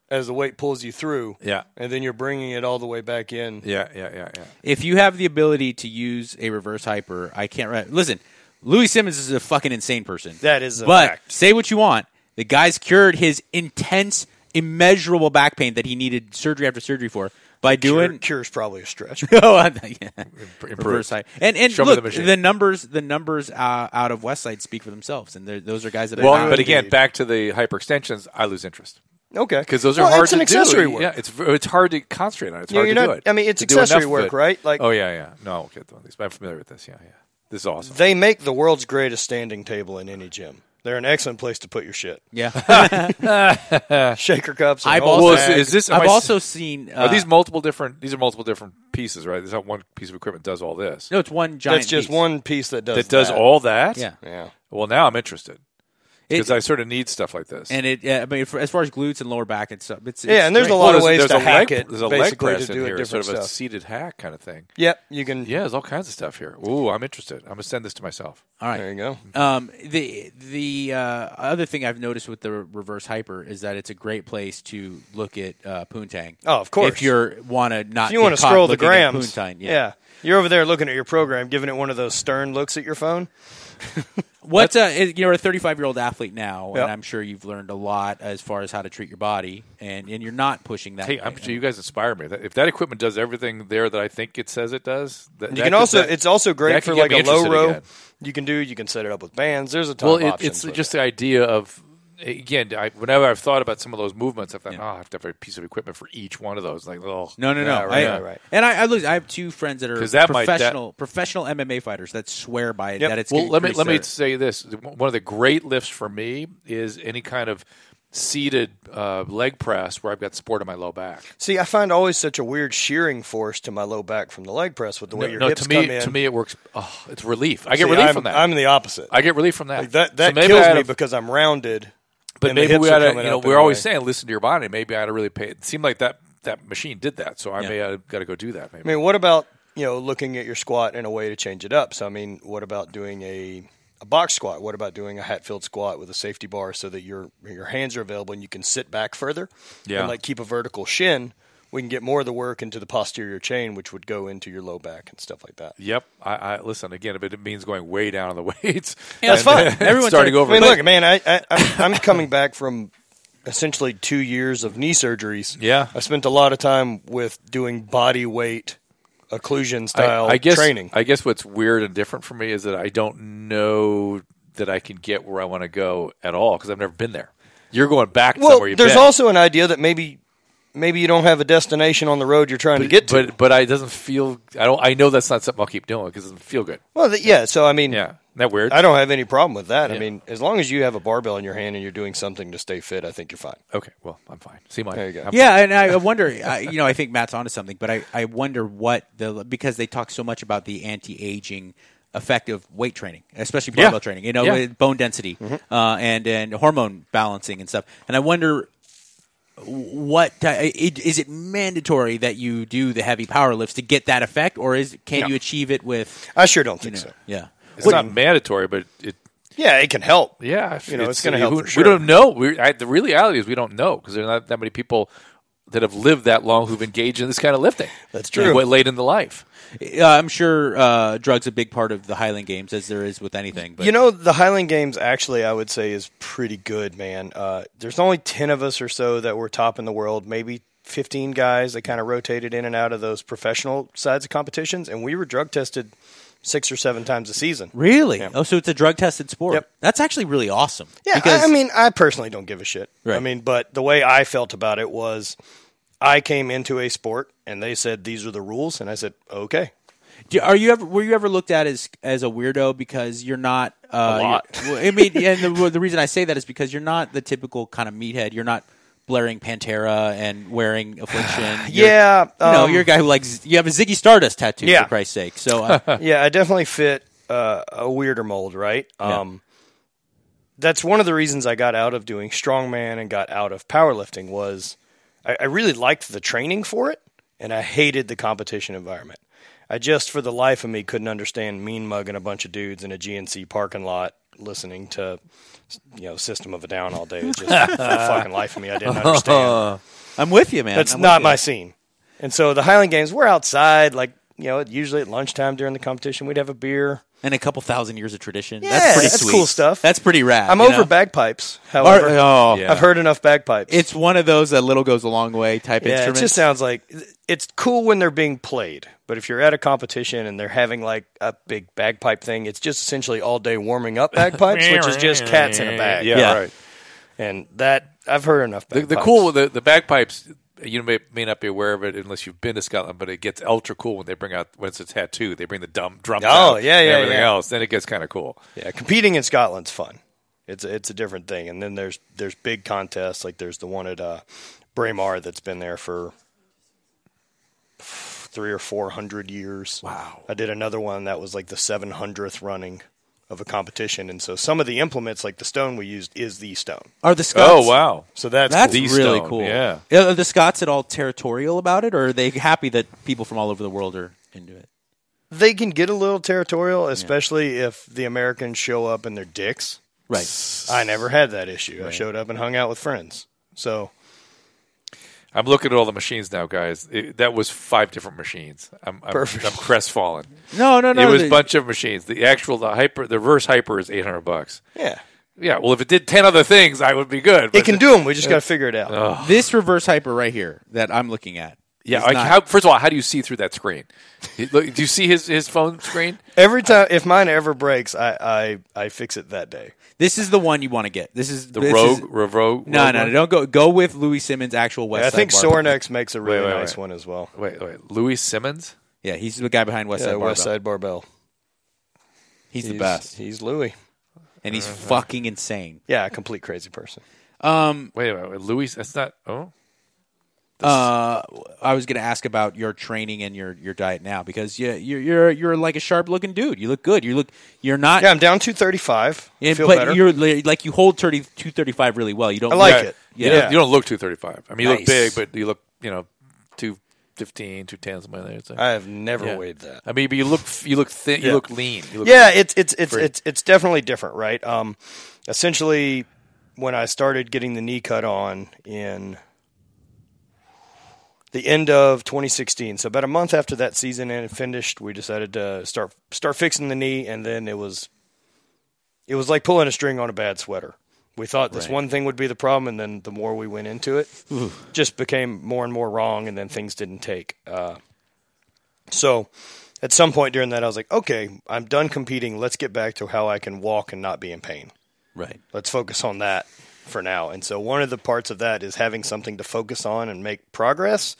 as the weight pulls you through.
Yeah.
And then you're bringing it all the way back in.
Yeah, yeah, yeah, yeah.
If you have the ability to use a reverse hyper, I can't. Re- Listen, Louis Simmons is a fucking insane person.
That is a
but
fact.
say what you want. The guy's cured his intense, immeasurable back pain that he needed surgery after surgery for by
Cure,
doing.
cure's probably a stretch.
Oh, I thought- yeah.
Improved.
reverse hyper. And and
Show me the
look, the,
machine.
numbers, the numbers uh, out of Westside speak for themselves, and they're- those are guys that.
Well,
are
but again, back to the hyperextensions, I lose interest
okay.
because those are
Well,
hard
it's an
to
accessory
do.
work.
Yeah, it's it's hard to concentrate on. It's
You know,
hard
you're
to
not-
do it.
I mean, it's
To do enough
accessory
of
work,
it.
right? Like-
oh yeah, yeah. No, I'll get one of these. I'm familiar with this. Yeah, yeah. This is awesome.
They make the world's greatest standing table in any gym. They're an excellent place to put your shit.
yeah.
Shaker cups. and
I've
all
also,
Well, is-
that.
is this- am I
I've
s-
also seen. Uh,
Are these multiple different? These are multiple different pieces, right? There's not one piece of equipment that does all this.
No, it's one giant.
That's just
piece.
one piece that does
that does all that.
Yeah.
Yeah.
Well, now I'm interested because
It-
I sort of need stuff like this.
And it, yeah, I mean, for, as far as glutes and lower back and stuff, it's,
Yeah,
it's
and there's a
great.
lot of ways
there's
to
a
hack
leg,
it,
There's a leg
basically,
press
to
in
do it
here,
different
sort of a
stuff.
seated hack kind of thing.
Yep, you can.
Yeah, there's all kinds of stuff here. Ooh, I'm interested. I'm gonna send this to myself.
All right.
There you go.
Um, the the uh, other thing I've noticed with the reverse hyper is that it's a great place to look at uh, poontang.
Oh, of course.
If you're want to not,
If you want
get
to
caught
scroll the
looking at
grams,
Poontang, yeah.
you're over there looking at your program, giving it one of those stern looks at your phone.
What uh, is- you're a 35 year old athlete now,
Yep.
and I'm sure you've learned a lot as far as how to treat your body, and and you're not pushing that.
Hey, I'm sure you guys inspire me. That- If that equipment does everything there that I think it says it does, that,
You
that
can
could-
also.
that-
it's also
that
great
could
for
get
like
me
a low
interested
row.
again.
You can do. You can set it up with bands. There's a ton
Well,
of
it,
options.
it's
for
just
that.
the idea of again. I, whenever I've thought about some of those movements, I've thought, oh, I have to have a piece of equipment for each one of those. Like, oh,
No, no, no.
Yeah, right,
I,
right, right.
And I, I look. I have two friends that are
'Cause that might- that-
professional professional MMA fighters that swear by it.
Yep.
That it's
well.
gonna
Let me
increase
let me
their-
say this. One of the great lifts for me is any kind of seated uh, leg press where I've got support on my low back.
See, I find always such a weird shearing force to my low back from the leg press with the way
No,
your
no,
hips
to me,
come in.
to me, it works. Oh, it's relief. I get
See,
relief
I'm,
from that.
I'm the opposite.
I get relief from that.
Like, that
So
that
maybe I
kills
oughta-
me because I'm rounded.
But
and the
maybe
hips
we
are
ought to,
coming
you know,
up in
we're
a
always
way.
saying listen to your body. Maybe I ought to really pay. It seemed like that that machine did that, so I may got to go do that. Maybe.
I mean, what about you know, looking at your squat in a way to change it up. So, I mean, what about doing a a box squat? What about doing a Hatfield squat with a safety bar so that your your hands are available and you can sit back further?
Yeah.
And like keep a vertical shin. We can get more of the work into the posterior chain, which would go into your low back and stuff like that.
Yep. I, I listen again. If it means going way down on the weights,
That's
and-
fine.
and
Everyone's
starting
like-
over.
I mean,
But-
look, man, I, I I'm, I'm coming back from essentially two years of knee surgeries.
Yeah.
I spent a lot of time with doing body weight occlusion style
I, I guess,
training.
I guess what's weird and different for me is that I don't know that I can get where I want to go at all because I've never been there. You're going back to
well,
somewhere you've
there's
been.
also an idea that maybe maybe you don't have a destination on the road you're trying to get to.
but but I it doesn't feel. I don't. I know that's not something I'll keep doing because it doesn't feel good.
well, th- yeah. So I mean,
Yeah, Isn't that weird.
I don't have any problem with that. I
Yeah.
mean, as long as you have a barbell in your hand and you're doing something to stay fit, I think you're fine.
okay, well, I'm fine. See my.
There you go.
I'm-
Yeah, and I wonder. I, you know, I think Matt's onto something, but I, I wonder what the because they talk so much about the anti-aging effective weight training, especially
Yeah.
barbell training. You know,
Yeah. Mm-hmm.
with bone density uh, and and hormone balancing and stuff. And I wonder what ti- it- is it mandatory that you do the heavy power lifts to get that effect, or is can you achieve it with?
I sure don't think so.
Yeah.
It's not mandatory, but it.
Yeah, it can help.
Yeah,
you know, it's, going to help.
who-
for sure.
We don't know. We, I, the real reality is we don't know because there are not that many people that have lived that long who've engaged in this kind of lifting.
That's true.
Like, late in the life.
Uh, I'm sure uh, drugs a big part of the Highland Games, as there is with anything. But
You know, the Highland Games actually, I would say, is pretty good, man. Uh, there's only 10 of us or so that were top in the world, maybe 15 guys that kind of rotated in and out of those professional sides of competitions. And we were drug tested six or seven times a season.
Really?
Yeah.
Oh, so it's a drug tested sport.
Yep.
That's actually really awesome.
Yeah,
because
I, I mean, I personally don't give a shit. I
Right.
mean, but the way I felt about it was I came into a sport and they said, these are the rules. And I said, okay.
do- are you ever were you ever looked at as as a weirdo because you're not uh,
A lot.
you're- well, I mean, and the, well, the reason I say that is because you're not the typical kind of meathead. You're not blaring Pantera and wearing Affliction. You're,
Yeah,
you know,
um,
you're a guy who likes. You have a Ziggy Stardust tattoo
Yeah.
for Christ's sake. So uh,
yeah, I definitely fit uh, a weirder mold, right? Um, that's one of the reasons I got out of doing strongman and got out of powerlifting was I, I really liked the training for it, and I hated the competition environment. I just, for the life of me, couldn't understand mean mugging a bunch of dudes in a GNC parking lot listening to, you know, System of a Down all day. It just, for the fucking life of me, I didn't understand.
I'm with you, man.
That's
I'm with
not
you.
my scene. And so the Highland Games, we're outside, like, you know, usually at lunchtime during the competition, we'd have a beer.
And a couple thousand years of tradition.
Yeah,
that's pretty
that's
sweet.
cool stuff.
That's pretty rad.
I'm
you
over
know?
bagpipes. However,
oh. Yeah.
I've heard enough bagpipes.
It's one of those that little goes a long way type
yeah, it
instruments.
just sounds like it's cool when they're being played, but if you're at a competition and they're having like a big bagpipe thing, it's just essentially all day warming up bagpipes, which is just cats in a bag.
Yeah,
Yeah.
right.
and that I've heard enough.
The, the
bagpipes.
cool the the bagpipes. You may, may not be aware of it unless you've been to Scotland, but it gets ultra cool when they bring out when it's a tattoo. They bring the dumb drum.
Oh,
out
yeah,
and
yeah,
everything
yeah.
else. Then it gets kind of cool.
Yeah, competing in Scotland's fun. It's a, it's a different thing. And then there's there's big contests like there's the one at uh, Braemar that's been there for three or four hundred years. Wow. I did another one that was like the seven hundredth running of a competition, and so some of the implements like the stone we used is the stone.
Are the Scots?
Oh wow,
So that's
That's
cool.
The
really
stone,
cool.
yeah.
Are the Scots at all territorial about it, or are they happy that people from all over the world are into it?
they can get a little territorial, especially if the Americans show up in their dicks.
Right.
I never had that issue. I showed up and hung out with friends. So
I'm looking at all the machines now, guys. It, that was five different machines. I'm I'm,
Perfect.
I'm crestfallen.
No, no, no.
it was a
they-
bunch of machines. The actual the hyper the reverse hyper is eight hundred bucks.
yeah,
Yeah, well, if it did ten other things, I would be good.
it can do them. We just got to figure it out.
this reverse hyper right here that I'm looking at.
Yeah,
is
like
not-
how, first of all, how do you see through that screen? It- look, do you see his, his phone screen?
Every time, if mine ever breaks, I, I, I fix it that day.
this is the one you want to get. This is
The
this
rogue,
is-
rogue, rogue.
no, no,
one?
no, don't go. Go with Louis Simmons' actual West.
I think
Side Barbell.
Sornex makes a really
wait,
nice
wait.
one as well.
Wait, wait. Louis Simmons.
Yeah, he's the guy behind West
Yeah,
Side.
West
Barbell.
Side Barbell.
He's, the
He's-
best,
He's Louis.
and he's fucking insane.
Yeah, a complete crazy person.
Wait, wait, wait. Louis. That's not. Oh,
Uh, I was going to ask about your training and your, your diet now because yeah, you're you're you're like a sharp looking dude. You look good. You look. You're not.
Yeah, I'm down 235.
Yeah,
Feel
but
better.
you're li- like you hold 30, 235 really well. You don't
I like
look-
it.
You
Yeah.
don't, you don't look two thirty five. I mean, you
Nice.
look big, but you look you know two 215, 210, something like that.
I have never
Yeah.
weighed that.
I mean, but you look you look thin, you
Yeah.
look lean. You look
yeah, it's it's it's
Free.
it's it's definitely different, right? Um, essentially, when I started getting the knee cut on in the end of 2016, so about a month after that season and finished, we decided to start start fixing the knee, and then it was it was like pulling a string on a bad sweater. We thought this one thing would be the problem, and then the more we went into it, just became more and more wrong, and then things didn't take. Uh, so at some point during that, I was like, okay, I'm done competing. Let's get back to how I can walk and not be in pain.
Right.
Let's focus on that for now. And so one of the parts of that is having something to focus on and make progress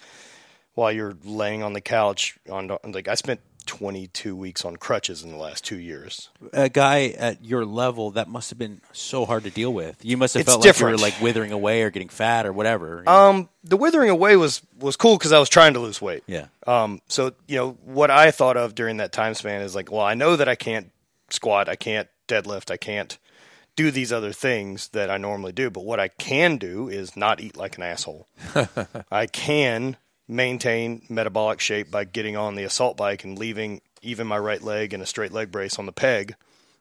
while you're laying on the couch. On like I spent 22 weeks on crutches in the last two years.
A guy at your level, that must have been so hard to deal with. You must have
It's
felt like
different.
you were like withering away or getting fat or whatever.
Um, the withering away was was cool because I was trying to lose weight.
yeah.
Um, so you know what I thought of during that time span is like, well, I know that I can't squat, I can't deadlift, I can't do these other things that I normally do. But what I can do is not eat like an asshole. I can maintain metabolic shape by getting on the assault bike and leaving even my right leg and a straight leg brace on the peg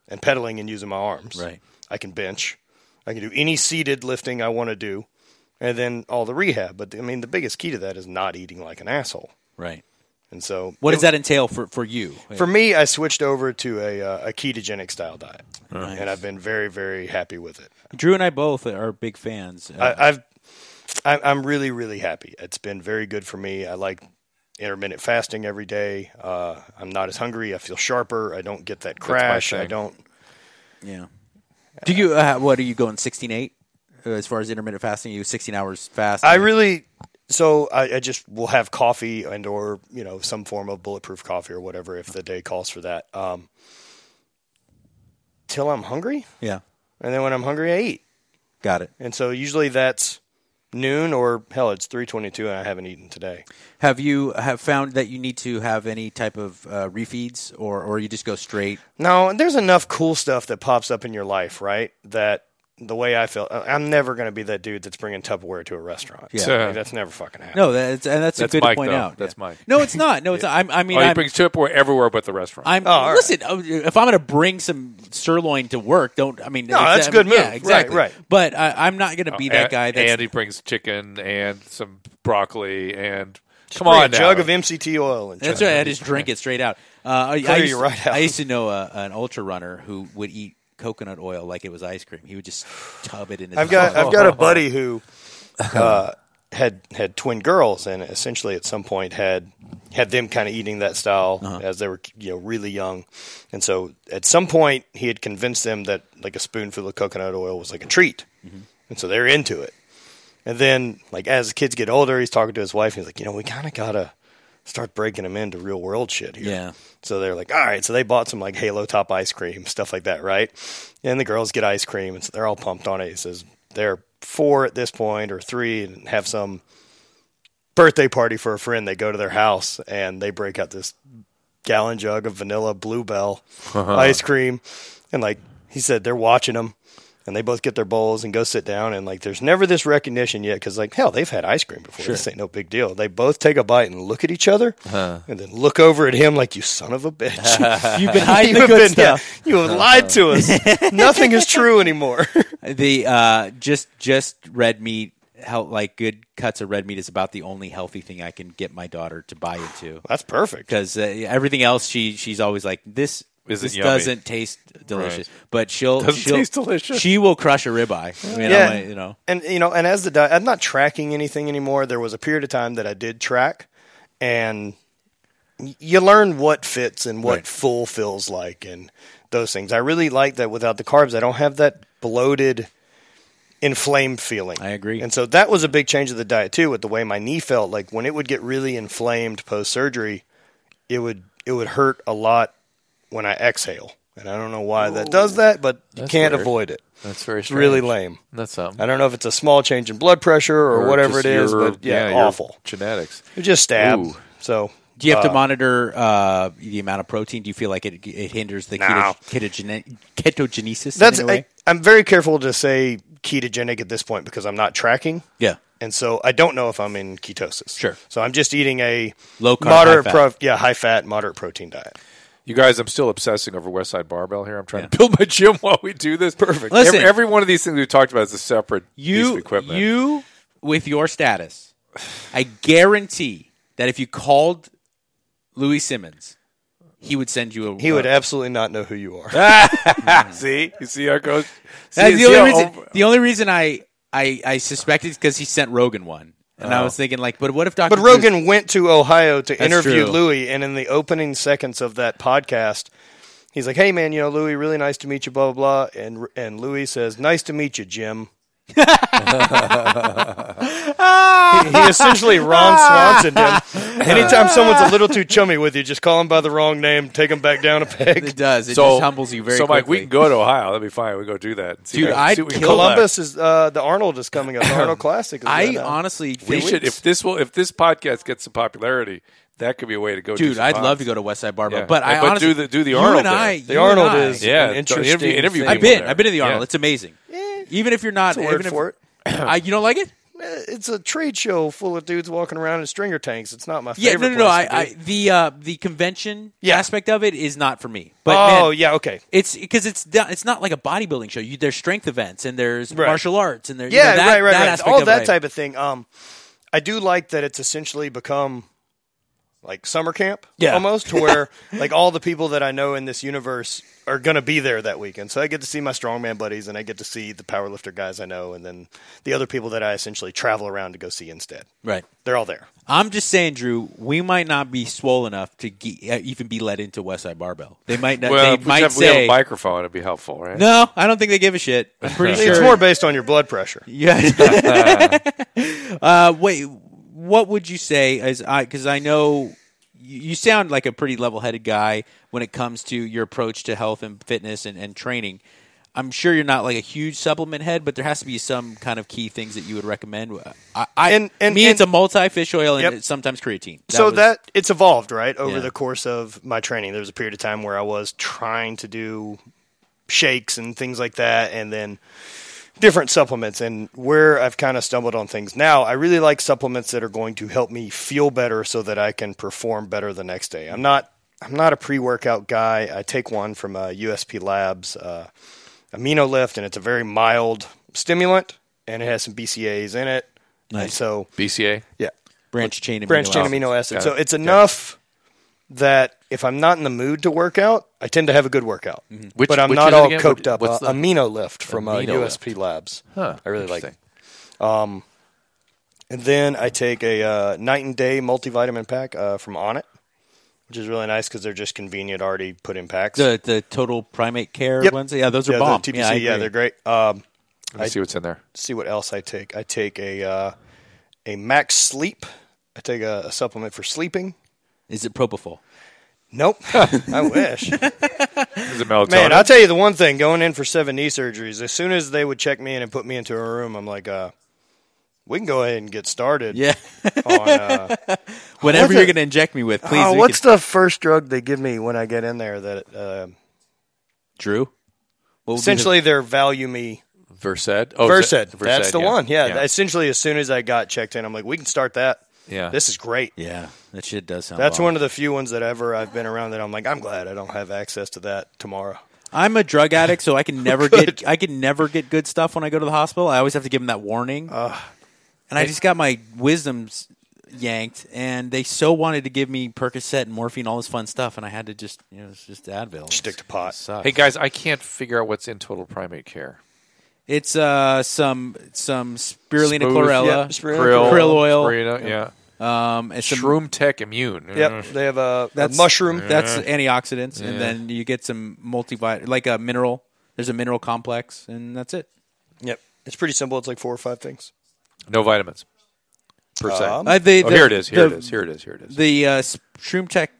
and pedaling and using my arms.
Right.
I can bench. I can do any seated lifting I want to do. And then all the rehab. But I mean, the biggest key to that is not eating like an asshole.
Right.
And so,
What does that entail for, for you?
for me? I switched over to a, uh, a ketogenic style diet,
Nice.
and I've been very, very happy with it.
Drew and I both are big fans. Uh,
I, I've I- I'm really, really happy. It's been very good for me. I like intermittent fasting every day. Uh, I'm not as hungry. I feel sharper. I don't get that crash. I
thing.
don't.
yeah. Do you, uh, what are you going, 16 8? As far as intermittent fasting, you 16 hours fast.
I really. So I, I just will have coffee and or you know some form of bulletproof coffee or whatever if the day calls for that. Um, till I'm hungry,
Yeah.
and then when I'm hungry, I eat.
Got it.
And so usually that's noon or hell, it's three twenty-two, and I haven't eaten today.
Have you have found that you need to have any type of uh, refeeds, or or you just go straight?
No, and there's enough cool stuff that pops up in your life, right? That the way I feel, I- I'm never going to be that dude that's bringing Tupperware to a restaurant.
Yeah.
Like, that's never fucking happening.
No, that's and that's,
That's
a good
Mike,
to point
though.
out.
That's
Yeah.
Mike.
No, it's not. No, it's not. I'm, I mean,
Oh, he
I'm,
brings Tupperware everywhere but the restaurant.
I'm
Oh, all right.
listen. uh, If I'm going to bring some sirloin to work, don't. I mean,
No,
it's-
that's
I
a good
mean, Yeah,
move.
exactly.
Right, Oh, right.
But I, I'm not going to be that
And-
guy. That's,
and he brings chicken and some broccoli and come
Bring
on
a jug
now.
of MCT oil and
That's
try-
right. I just drink it straight out. Uh, I, I
Clear
used,
you right out.
I used to know a, an ultra runner who would eat coconut oil like it was ice cream. He would just tub it in his.
I've got I've got a buddy who uh, had had twin girls, and essentially at some point had had them kind of eating that style as they were you know really young, and so at some point he had convinced them that like a spoonful of coconut oil was like a treat, and so they're into it. And then like as the kids get older, he's talking to his wife, and he's like, you know, we kind of gotta start breaking them into real world shit here.
Yeah.
So they're like, all right. So they bought some like Halo Top ice cream, stuff like that, right? And the girls get ice cream, and so they're all pumped on it. It says they're four at this point or three, and have some birthday party for a friend. They go to their house and they break out this gallon jug of vanilla bluebell
Uh-huh.
ice cream, and like he said, they're watching them. And they both get their bowls and go sit down, and like, there's never this recognition yet because, like, hell, they've had ice cream before. This ain't no big deal. They both take a bite and look at each other, and then look over at him like, "You son of a bitch."
Uh-huh. You've been hiding
you
the
have
good
been
stuff.
You have lied to us. Nothing is true anymore.
The uh, just just red meat, hel- like good cuts of red meat, is about the only healthy thing I can get my daughter to buy into.
That's perfect.
Because uh, everything else, she she's always like this.
Isn't
this
yummy.
doesn't taste delicious, but she'll
Doesn't
she'll
taste delicious.
She will crush a ribeye. You know,
Yeah.
you know.
And you know, and as the diet, I'm not tracking anything anymore. There was a period of time that I did track, and y- you learn what fits and what full feels like, and those things. I really like that. Without the carbs, I don't have that bloated, inflamed feeling.
I agree.
And so that was a big change of the diet too, with the way my knee felt. Like when it would get really inflamed post surgery, it would it would hurt a lot when I exhale. And I don't know why that does that, but you can't
weird.
avoid it.
That's very
It's really
strange.
lame.
That's something.
I don't know if it's a small change in blood pressure or, whatever it
just
is,
your-
but yeah,
your
awful.
genetics.
It just stab.
Ooh.
So
Do you have
uh,
to monitor uh, the amount of protein? Do you feel like it, it hinders the
No.
keto, ketogene- ketogenesis
That's
in any
I,
way?
I'm very careful to say ketogenic at this point because I'm not tracking.
yeah.
And so I don't know if I'm in ketosis.
Sure.
So I'm just eating a
Low carb,
moderate,
high fat.
pro- yeah, high fat, moderate protein diet.
You guys, I'm still obsessing over West Side Barbell here. I'm trying to build my gym while we do this. Perfect.
Listen.
every, every one of these things we've talked about is a separate piece of
You,
equipment.
you, with your status, I guarantee that if you called Louis Simmons, he would send you a. uh,
He would
a-
absolutely not know who you are.
see, you see our coach. See,
That's the
see
only
how
reason.
over-
The only reason I I, I suspected because he sent Rogan one, and I was thinking like, but what if Doctor?
Oh. But Rogan went to Ohio to interview
true.
Louis, and in the opening seconds of that podcast, he's like, "Hey, man, you know Louis, really nice to meet you, blah blah blah," and and Louis says, "Nice to meet you, Jim." he, he essentially Ron Swanson him. Anytime someone's a little too chummy with you, just call him by the wrong name, take him back down a peg.
It does. It just humbles you very
So, Mike,
quickly.
we can go to Ohio. That'd be fine. We go do that. See
Dude,
what-
I'd
see what we can
kill
collect.
Columbus is uh, the Arnold is coming up. The Arnold Classic. Is
I
right now.
honestly
We
think,
should. If this will, if this podcast gets some popularity, that could be a way to go. do
dude,
some
I'd love
pods.
to go to West Side Barbell,
Yeah.
but I
But do
honestly
the- do the
you
Arnold
and I,
there.
The
you
Arnold
and I-
is-
Yeah,
An
so
interesting
interview, interview
thing.
I've
people
been.
there.
I've been to the Arnold.
Yeah.
It's amazing. Even if you're not,
That's a word
even if-
for it.
I, you don't like it?
Eh, it's a trade show full of dudes walking around in stringer tanks. It's not my
Yeah,
favorite.
no, no, no.
place
I,
to
I
be.
the uh, the convention
Yeah.
aspect of it is not for me. But
oh
man,
yeah, okay.
It's because it's do- it's not like a bodybuilding show. You, there's strength events and there's
Right.
martial arts and there's
Yeah,
that,
right, right,
that
right.
aspect
All
of
that
it.
type of thing. Um, I do like that it's essentially become like summer camp,
Yeah.
almost, to where like all the people that I know in this universe are gonna be there that weekend. So I get to see my strongman buddies, and I get to see the powerlifter guys I know, and then the other people that I essentially travel around to go see instead.
Right.
They're all there.
I'm just saying, Drew. We might not be swole enough to ge- uh, even be let into West Side Barbell. They might not.
Well,
they
if we
might
have, we have
say
a microphone. It'd be helpful, right?
no. I don't think they give a shit. I'm pretty sure
It's more based on your blood pressure.
Yeah. uh, wait, what would you say as I? Because I know you you sound like a pretty level-headed guy when it comes to your approach to health and fitness and, and training. I'm sure you're not like a huge supplement head, but there has to be some kind of key things that you would recommend. I, I
And- and-
me, it's a
and-
multi-fish oil and
Yep.
it's sometimes creatine.
so
was-
that it's evolved right over
Yeah.
the course of my training there was a period of time where i was trying to do shakes and things like that and then different supplements and where i've kind of stumbled on things now i really like supplements that are going to help me feel better so that i can perform better the next day i'm not i'm not a pre-workout guy i take one from uh, usp labs uh, amino lift and it's a very mild stimulant and it has some bcas in it and
Nice.
so
BCA.
yeah
branch chain amino
branch chain
acids.
amino acid.
Got
So
it.
it's enough that if I'm not in the mood to work out, I tend to have a good workout.
Mm-hmm. Which-
but I'm
which
not
is it
all
again?
coked up.
What's
Uh,
the-
amino lift from uh,
Amino Lift.
USP Labs.
Huh,
I really like. it.
interesting.
And then I take a uh, night and day multivitamin pack uh, from Onnit, which is really nice because they're just convenient, already put in packs.
The the total primate care
Yep.
ones. Yeah, those are
yeah, the
bomb.
TPC,
I
yeah,
agree.
they're great. Um,
Let me see what's in there.
see what else I take. I take a uh, a Max Sleep. I take a, a supplement for sleeping.
Is it propofol?
Nope, I wish.
Is it melatonin?
Man, I'll tell you the one thing going in for seven knee surgeries, as soon as they would check me in and put me into a room, I'm like, uh, we can go ahead and get started.
Yeah,
On, uh,
whatever
What's
you're
it-
going to inject me with, please.
oh,
we
what's
can-
the first drug they give me when I get in there? That uh,
Drew? What would be the-
Essentially, they're value me.
Versed. Oh, is
Versed.
it- Versed,
That's the
yeah.
one. Yeah,
Yeah.
Essentially, as soon as I got checked in, I'm like, we can start that.
Yeah.
This is great.
Yeah, that shit does sound.
That's
bomb.
one of the few ones that ever I've been around that I'm like, I'm glad I don't have access to that tomorrow.
I'm a drug addict, so I can never get I can never get good stuff when I go to the hospital. I always have to give them that warning. and I just got my wisdoms yanked, and they so wanted to give me Percocet and morphine, all this fun stuff, and I had to just you know it's just Advil.
Stick to pot.
Sucks.
Hey guys, I can't figure out what's in total primate care.
it's uh some some spirulina
Smooth.
Yep,
chlorella,
spirulina
Krill,
krill oil,
spirulina, yeah.
um, and some
Shroom Tech Immune. Mm.
Yep. They have a, a
that's
mushroom.
That's antioxidants, and then you get some multivit like a mineral. There's a mineral complex, and that's it.
Yep. It's pretty simple. It's like four or five things.
No vitamins. Per se.
Um,
Uh, the-
oh,
the-
here it is. Here
the-
it is. Here it is. Here it is.
the uh, s- Shroom Tech,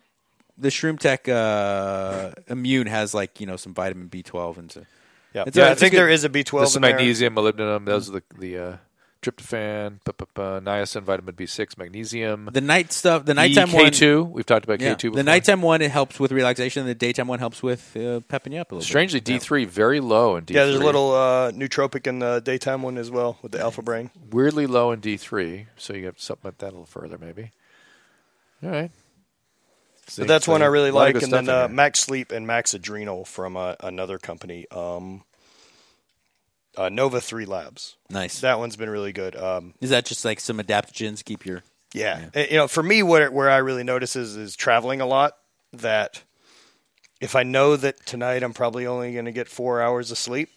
the Shroom Tech uh, Immune has like you know some vitamin B twelve and so.
Yeah,
It's
yeah
a-
I
it's a
think
good-
there is a B12.
There's some
in there.
magnesium, molybdenum. Those are the the uh, tryptophan, pa- pa- pa, niacin, vitamin B6, magnesium.
The night stuff, the
E
nighttime one,
K2. We've talked about
yeah,
K2 before.
the nighttime one it helps with relaxation, and the daytime one helps with uh, pepping you up a little.
Strangely,
bit. Yeah.
D3 very low in D3.
Yeah, there's a little uh, nootropic in the daytime one as well with the alpha brain.
weirdly low in D3, so you have to supplement that a little further, maybe. All right.
So that's one I really
A lot
like.
of good
And
stuff
then uh,
in here.
Max Sleep and Max Adrenal from uh, another company, um, uh, Nova Three Labs.
Nice.
That one's been really good. Um,
Is that just like some adaptogens keep your
Yeah. Uh, You know, for me, what where I really notice is, is traveling a lot. That if I know that tonight I'm probably only going to get four hours of sleep,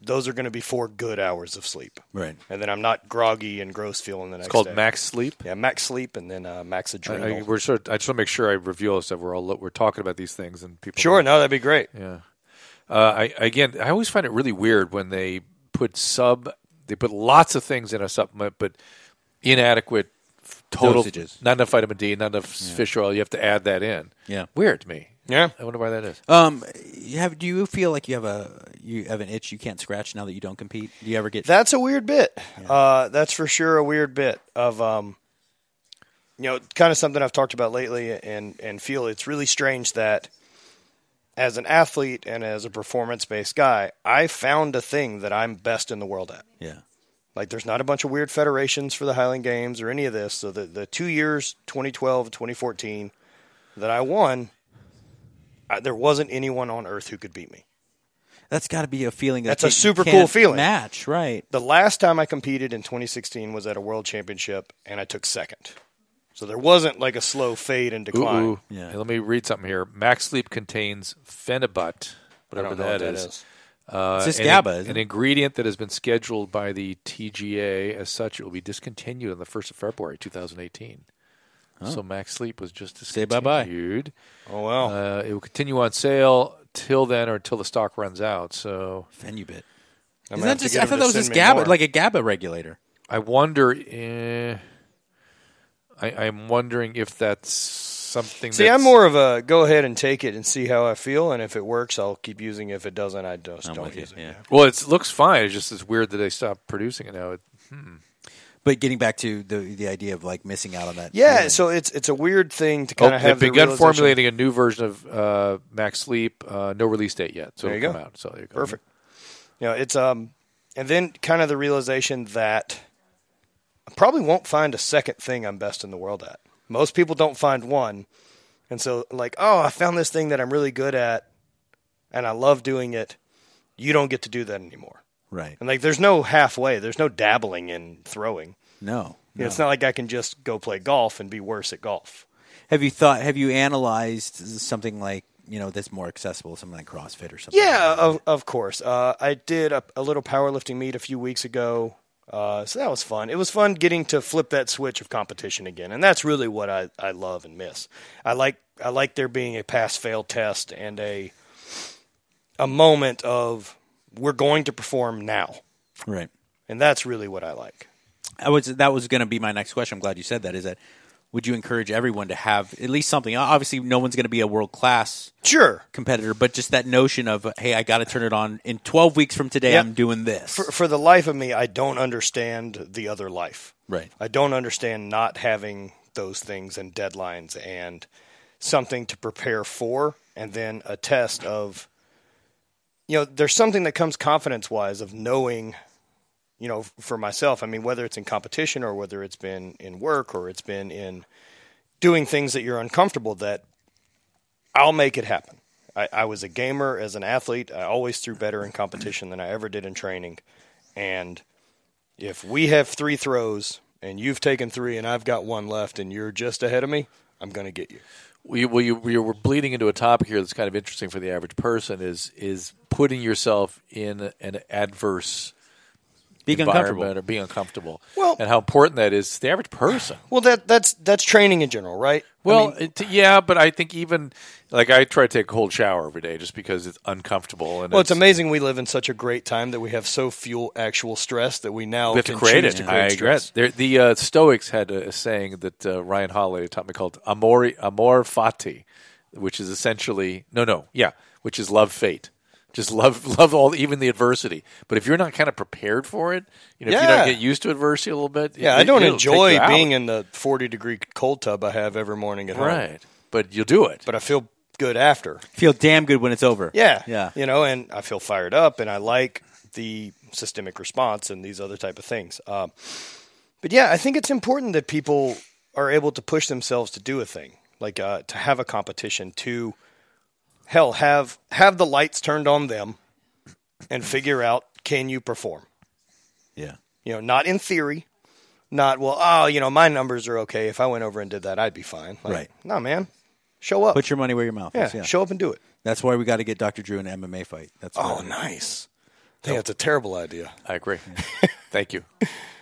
those are going to be four good hours of sleep.
right?
And then I'm not groggy and gross feeling the next
It's called
day.
Max Sleep.
Yeah, max sleep and then uh, max
I,
adrenal.
I- we're sort of, I just want to make sure I review all this stuff. We're all lo- we're talking about these things and people.
sure, no, that'd be great.
Yeah. Uh, I again, I always find it really weird when they put sub, they put lots of things in a supplement, but inadequate f- total,
Dosages.
not enough vitamin D, not enough fish oil. You have to add that in.
Yeah.
Weird to me.
Yeah.
I wonder why that is.
Um, you have do you feel like you have a you have an itch you can't scratch now that you don't compete? Do you ever get
That's a weird bit. Uh, that's for sure a weird bit of um, you know, kind of something I've talked about lately, and and feel it's really strange that as an athlete and as a performance based guy, I found a thing that I'm best in the world at.
yeah
Like, there's not a bunch of weird federations for the Highland Games or any of this. So, the, the two years, 2012 and 2014, that I won, I, there wasn't anyone on earth who could beat me.
That's got to be a feeling. That
That's a
you
super
can't
cool feeling.
Match right?
The last time I competed in 2016 was at a world championship, and I took second. So, there wasn't like a slow fade and
Ooh,
decline.
ooh.
Yeah.
Hey, let me read something here. Max Sleep contains phenibut, whatever
know what that
is.
is.
Uh,
It's just
an-
GABA,
an,
isn't it?
ingredient that has been scheduled by the TGA as such. It will be discontinued on the first of February 2018. So Max Sleep was just
Oh. Say bye-bye.
discontinued.
Oh, wow.
Uh, it will continue on sale till then or until the stock runs out. So
Fenubit.
I'm
Isn't
gonna have
that
to
just?
get
I
him
thought
to
that was
send
just
me
GABA,
more.
like a GABA regulator.
I wonder. Eh, I, I'm wondering if that's something.
See,
that's,
I'm more of a go ahead and take it and see how I feel, and if it works, I'll keep using. it. If it doesn't, I just
I'm
don't
with you,
use it.
yeah.
Well, it looks fine. It's just it's weird that they stopped producing it now. It,
But getting back to the the idea of like missing out on that.
Yeah,
feeling.
so it's it's a weird thing to
Oh,
kind of
they've
have. the
begun
realization-
formulating a new version of uh, Max Sleep. Uh, no release date yet, so
There
it'll
you
come
go.
out. So there you go.
Perfect. You know, it's um, and then kind of the realization that I probably won't find a second thing I'm best in the world at. Most people don't find one, and so like, oh, I found this thing that I'm really good at, and I love doing it. You don't get to do that anymore.
right.
And like, there's no halfway. There's no dabbling in throwing.
No.
You know, It's not like I can just go play golf and be worse at golf.
Have you thought? Have you analyzed something like you know that's more accessible, something like CrossFit or something?
Yeah, of, of course. Uh, I did a, a little powerlifting meet a few weeks ago. Uh, so that was fun. It was fun getting to flip that switch of competition again, and that's really what I, I love and miss. I like I like there being a pass fail test and a a moment of we're going to perform now,
Right.
and that's really what I like.
I was that was going to be my next question. I'm glad you said that. Is that would you encourage everyone to have at least something? Obviously, no one's going to be a world class
Sure,
competitor, but just that notion of hey, I got to turn it on in 12 weeks from today.
Yeah.
I'm doing this.
for, for the life of me, I don't understand the other life.
Right.
I don't understand not having those things and deadlines and something to prepare for, and then a test of, you know, there's something that comes confidence wise of knowing, you know, for myself. I mean, whether it's in competition or whether it's been in work or it's been in doing things that you're uncomfortable that I'll make it happen. I, I was a gamer as an athlete. I always threw better in competition than I ever did in training. And if we have three throws and you've taken three and I've got one left and you're just ahead of me, I'm going to get you.
Well, you, well, you, we were bleeding into a topic here that's kind of interesting for the average person is is putting yourself in an adverse
Being
environment
uncomfortable.
or being uncomfortable.
Well-
and how important that is to the average person.
Well, that that's that's training in general, right? I
Well,
mean,
it, yeah, but I think even like I try to take a cold shower every day just because it's uncomfortable and
well, it's amazing we live in such a great time that we have so few actual stress that we now
We have to
can
create
choose
it.
To create
I agree.
stress.
There, the uh, Stoics had a, a saying that uh, Ryan Holiday taught me called "amori amor fati," which is essentially no, no, yeah, which is love fate. Just love love all even the adversity. But if you're not kind of prepared for it, you know, if you
Yeah.
don't get used to adversity a little bit,
Yeah,
it-
I don't
it'll take you
enjoy
out.
being in the 40 degree cold tub I have every morning at home.
right. But you'll do it.
But I feel good after.
Feel damn good when it's over.
Yeah.
Yeah.
You know, and I feel fired up and I like the systemic response and these other type of things. Um, but yeah, I think it's important that people are able to push themselves to do a thing, like uh, to have a competition, to hell have have the lights turned on them and figure out can you perform?
Yeah.
You know, not in theory, not well. Oh, you know, my numbers are okay. If I went over and did that, I'd be fine. Like,
Right.
No, man, show up.
Put your money where your mouth
yeah,
is. Yeah.
show up Oh, and do it.
That's why we got to get Dr. Drew in an MMA fight. That's why.
nice. I think that's a terrible idea.
I agree. Thank you.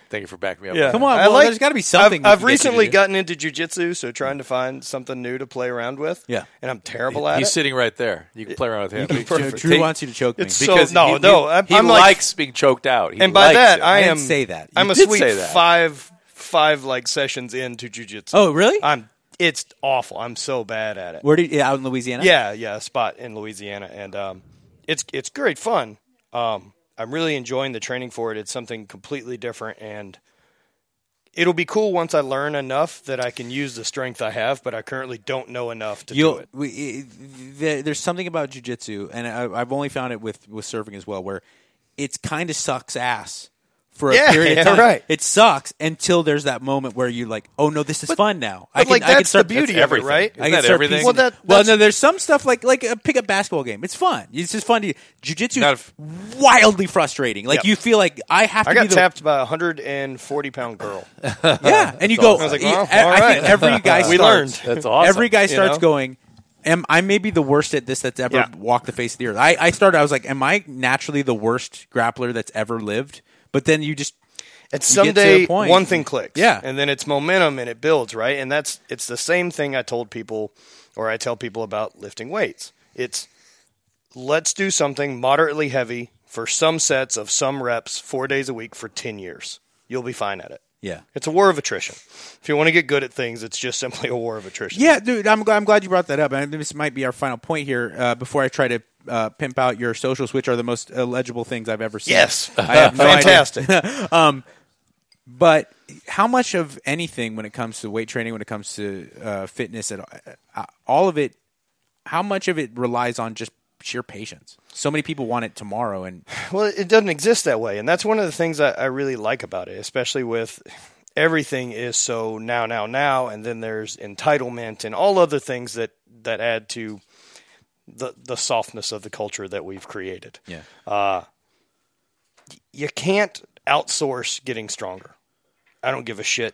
Thank you for backing me up.
Come on,
I
well, there's gotta be something we
I've, I've
can get you to
recently
do.
gotten into jujitsu, so trying to find something new to play around with.
Yeah.
and I'm terrible at
He's
it.
sitting right there. You can play around with him.
can-
Drew,
Perfect.
Drew
Take-
wants you to choke me.
It's
Because
So, no,
he,
no, I'm-
he
I'm like-
likes being choked out. He
and by
likes
that,
it.
I
didn't
am
say that. You
I'm a
did
sweet
say that.
five five like sessions into jujitsu.
Oh, really?
I'm. It's awful. I'm so bad at it.
Where do you, out in Louisiana?
Yeah, yeah, a spot in Louisiana, and um, it's it's great fun. Um, I'm really enjoying the training for it. It's something completely different, and it'll be cool once I learn enough that I can use the strength I have. But I currently don't know enough to
You'll,
do it.
we, it, there, there's something about jujitsu, and I, I've only found it with, with surfing as well, where it kind of sucks ass for a
Yeah,
period of
yeah,
time.
right.
It sucks until there's that moment where you're like, oh no, this is fun now. I
but,
can,
like,
I can
that's
start,
the beauty
that's
of it,
everything.
right?
I
Isn't
can
that
start
everything?
piecing-
Well, that-
well,
that's-
no, there's some stuff like like a pickup basketball game. It's fun. It's just fun to jujitsu.
Not
is wildly frustrating. Like
Yep.
you feel like I have to
I
be
got
the
tapped by a hundred and forty pound girl.
yeah, and you go.
I was like,
I,
well,
I
all right.
think every guy starts.
We learned.
That's awesome.
Every guy
know?
starts going. Am I may be the worst at this that's ever
Yeah.
walked the face of the earth? I, I started. I was like, am I naturally the worst grappler that's ever lived? But then you just
And
You get to a
someday
point.
one thing clicks.
Yeah.
And then it's momentum and it builds, right? And that's it's the same thing I told people or I tell people about lifting weights. It's let's do something moderately heavy for some sets of some reps 4 days a week for 10 years. You'll be fine at it.
yeah
It's a war of attrition. If you want to get good at things, it's just simply a war of attrition.
yeah, dude. I'm glad, I'm glad you brought that up. And this might be our final point here uh, before I try to uh, pimp out your socials, which are the most illegible things I've ever seen.
Yes.
I have no idea.
Fantastic.
But how much of anything when it comes to weight training, when it comes to uh, fitness, and uh, all of it, how much of it relies on just sheer patience? So many people want it tomorrow, and
Well, it doesn't exist that way, and that's one of the things I, I really like about it, especially with everything is so now, now, now, and then there's entitlement and all other things that that add to the the softness of the culture that we've created.
yeah,
You can't outsource getting stronger. I don't give a shit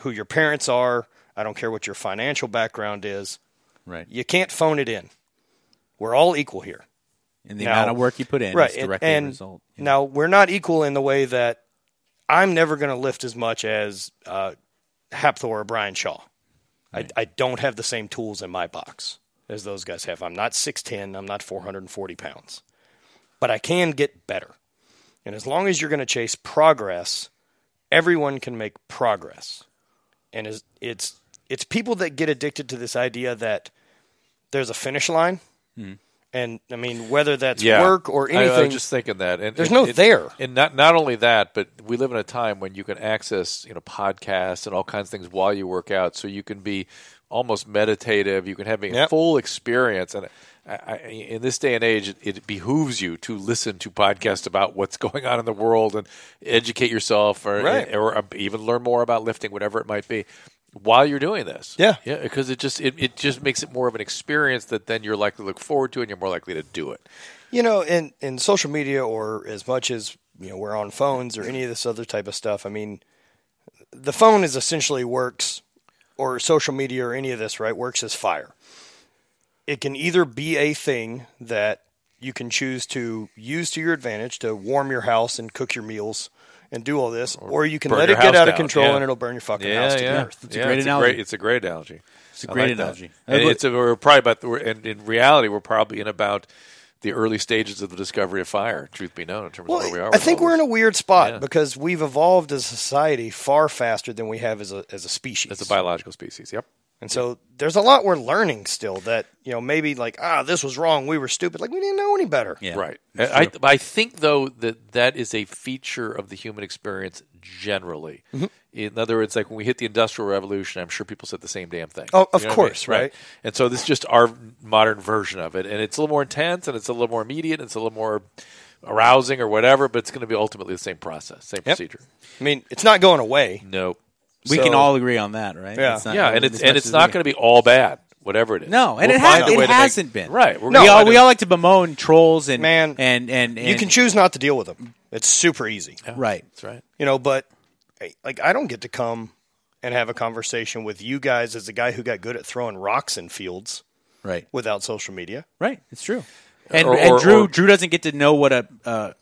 who your parents are. I don't care what your financial background is.
right.
You can't phone it in. We're all equal here.
And the
Now-
amount of work you put in is
and-
directly
and
a result. Yeah.
Now we're not equal in the way that I'm never going to lift as much as uh, Hapthor or Brian Shaw. I, I don't have the same tools in my box as those guys have. I'm not 6'10, I'm not 440 pounds, but I can get better. And as long as you're going to chase progress, everyone can make progress. And is, it's it's people that get addicted to this idea that there's a finish line. And I mean, whether that's
Hmm. yeah.
work or
I- I,
anything,
was just thinking that, and
There's
and-
no
and-
there.
And not not only that, but we live in a time when you can access you know podcasts and all kinds of things while you work out, so you can be almost meditative. You can have a
Yep.
full experience, and I, I, in this day and age, it, it behooves you to listen to podcasts about what's going on in the world and educate yourself, or
Right.
or even learn more about lifting, whatever it might be. While you're doing this,
Yeah.
yeah, because it just it, it just makes it more of an experience that then you're likely to look forward to, and you're more likely to do it.
You know, in, in social media or as much as, you know, we're on phones or any of this other type of stuff, I mean, the phone is essentially works or social media or any of this, right? Works as fire. It can either be a thing that you can choose to use to your advantage to warm your house and cook your meals and do all this, or you can
burn
let
your
it get
house
out of
down,
control
yeah.
and it'll burn your fucking house to the earth.
It's
a great analogy.
it's a great analogy. It's
a great analogy.
And
Uh, but-
it's a, we're probably about the, we're, and in reality we're probably in about the early stages of the discovery of fire. Truth be known, in terms of where we are.
I think we're in a weird spot because we've evolved as a society far faster than we have as a as a species.
it's a biological species. Yep.
And so there's a lot we're learning still that, you know, maybe like, ah, this was wrong. We were stupid. Like, we didn't know any better.
Yeah.
Right. I, I think, though, that that is a feature of the human experience generally.
Mm-hmm.
In other words, like when we hit the Industrial Revolution, I'm sure people said the same damn thing.
Oh, of
what I mean?
course, right.
And so this is just our modern version of it. And it's a little more intense and it's a little more immediate and it's a little more arousing or whatever, but it's going to be ultimately the same process, same procedure.
I mean, it's not going away.
No.
We
So-
can all agree on that, right?
Yeah.
It's not-
yeah, and it's
as
and
much
it's
as
not
we-
going to be all bad, whatever it is.
No, and
We'll
it, has,
find a
it
way to make-
hasn't been.
Right. We're
we
gonna
all,
find a-
we all like to bemoan trolls and
Man.
and, and, and
You can choose not to deal with them. It's super easy.
Right.
That's right.
You know, but hey, like, I don't get to come and have a conversation with you guys as the guy who got good at throwing rocks in fields
Right.
without social media.
Right. It's true. And,
Or-
and
or-
Drew
or-
Drew doesn't get to know what a uh,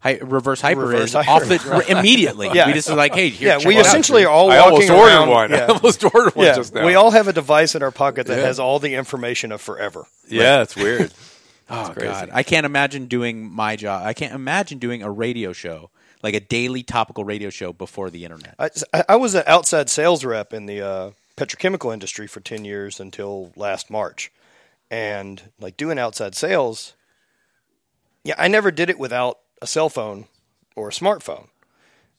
hy- reverse hyper
Reverse
is
hyper.
off the immediately.
Yeah.
We just are like, hey, here,
yeah,
check
we
it out.
essentially are all
I
walking
almost ordered
around-
one. I
Yeah.
almost ordered one
Yeah,
just now.
we all have a device in our pocket that has all the information of forever.
yeah, it's weird.
Oh
crazy.
God, I can't imagine doing my job. I can't imagine doing a radio show like a daily topical radio show before the internet.
I, I was an outside sales rep in the uh, petrochemical industry for 10 years until last March. And like doing outside sales, yeah, I never did it without a cell phone or a smartphone.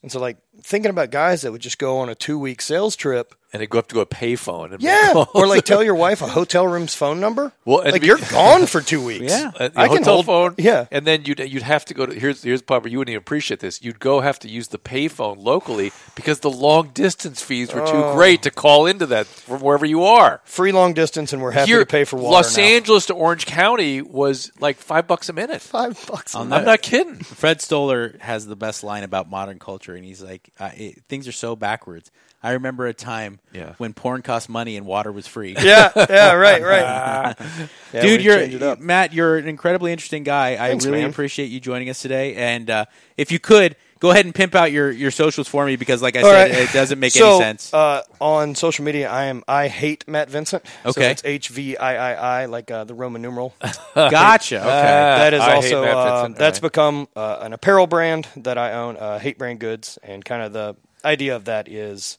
And so, like, thinking about guys that would just go on a two week sales trip.
and they go up to a payphone. And
Yeah.
make
or
calls.
like tell your wife a hotel room's phone number.
Well, and
like,
be-
you're gone for two weeks.
Yeah.
a, a
I can
hotel
hold-
phone.
Yeah.
and then you'd you'd have to go to here's here's probably you wouldn't even appreciate this. You'd go have to use the payphone locally because the long distance fees were
Oh.
too great to call into that from wherever you are.
Free long distance, and we're happy
Here,
to pay for water.
Los
now.
Angeles to Orange County was like five bucks a minute.
Five bucks.
On
I'm
that-
not kidding.
Fred Stoller has the best line about modern culture, and he's like, uh, it, "Things are so backwards." I remember a time
Yeah.
when porn cost money and water was free.
Yeah, yeah, right, right. Yeah,
Dude,
we change it
you're
up.
Matt. You're an incredibly interesting guy.
Thanks,
I really
man.
appreciate you joining us today. And uh, if you could go ahead and pimp out your, your socials for me, because like I
All
said,
right.
it doesn't make
So,
any sense.
Uh, on social media, I am I hate Matt Vincent.
Okay.
so it's H V I I I, like uh, the Roman numeral.
gotcha. Okay.
that is
I hate
also
Matt
uh,
Vincent.
that's
All
become uh, an apparel brand that I own. Uh, hate brand goods, and kind of the idea of that is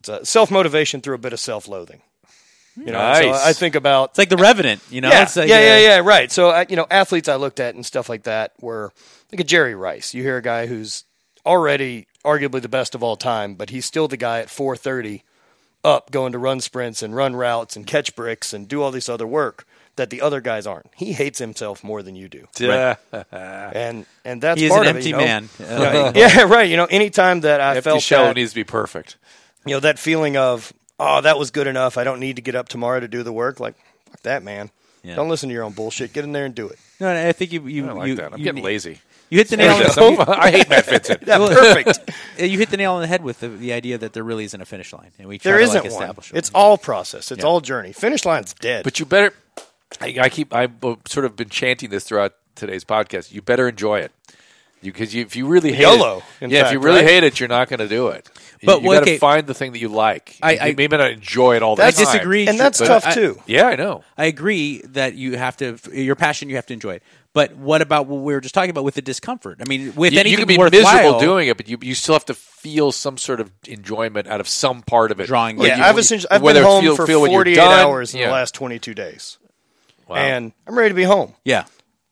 it's uh, self motivation through a bit of self loathing. You know, so
Nice.
I think about
it's like the Revenant. You know.
yeah,
It's like,
yeah,
uh,
yeah, yeah, right. So, I, you know, athletes I looked at and stuff like that were like a Jerry Rice. You hear a guy who's already arguably the best of all time, but he's still the guy at 4:30 up going to run sprints and run routes and catch bricks and do all this other work that the other guys aren't. He hates himself more than you do.
Yeah.
And and that's
He is
part
an
of it,
empty
you know?
man.
Yeah, yeah, right. You know, anytime that I
Empty
felt
shell
that,
needs to be perfect.
you know, that feeling of, oh, that was good enough. I don't need to get up tomorrow to do the work. Like, fuck that, man.
Yeah.
Don't listen to your own bullshit. Get in there and do it.
No, no, I think you. you
I don't like
you,
that. I'm
you-
getting lazy.
You hit the nail. On the,
I'm- I hate Matt Vincent.
Yeah, perfect.
you hit the nail on the head with the, the idea that there really isn't a finish line, and we try
There
to
isn't
like
one.
establish
It's all process. It's all journey. Finish line's dead.
But you better. I, I keep. I've uh, sort of been chanting this throughout today's podcast. You better enjoy it, because you, if you really hate
YOLO,
it,
in
yeah, if
fact,
you really
right?
hate it, you're not going to do it. You-
But,
you,
well,
got to
okay.
find the thing that you like.
I-
you
I-
may not enjoy it all the
I
time.
disagree.
and that's
but
tough
I-
too.
Yeah, I know.
I agree that you have to your passion. You have to enjoy it. But what about what we were just talking about with the discomfort? I mean, with
You, you
anything
can be
worthwhile,
miserable doing it, but you, you still have to feel some sort of enjoyment out of some part of it.
Drawing
Or
Yeah,
yeah,
you-
I've, essentially, I've been
whether
home
feel-
for
feel when you're
48
done.
hours in
Yeah.
the last 22 days.
Wow.
And I'm ready to be home.
Yeah,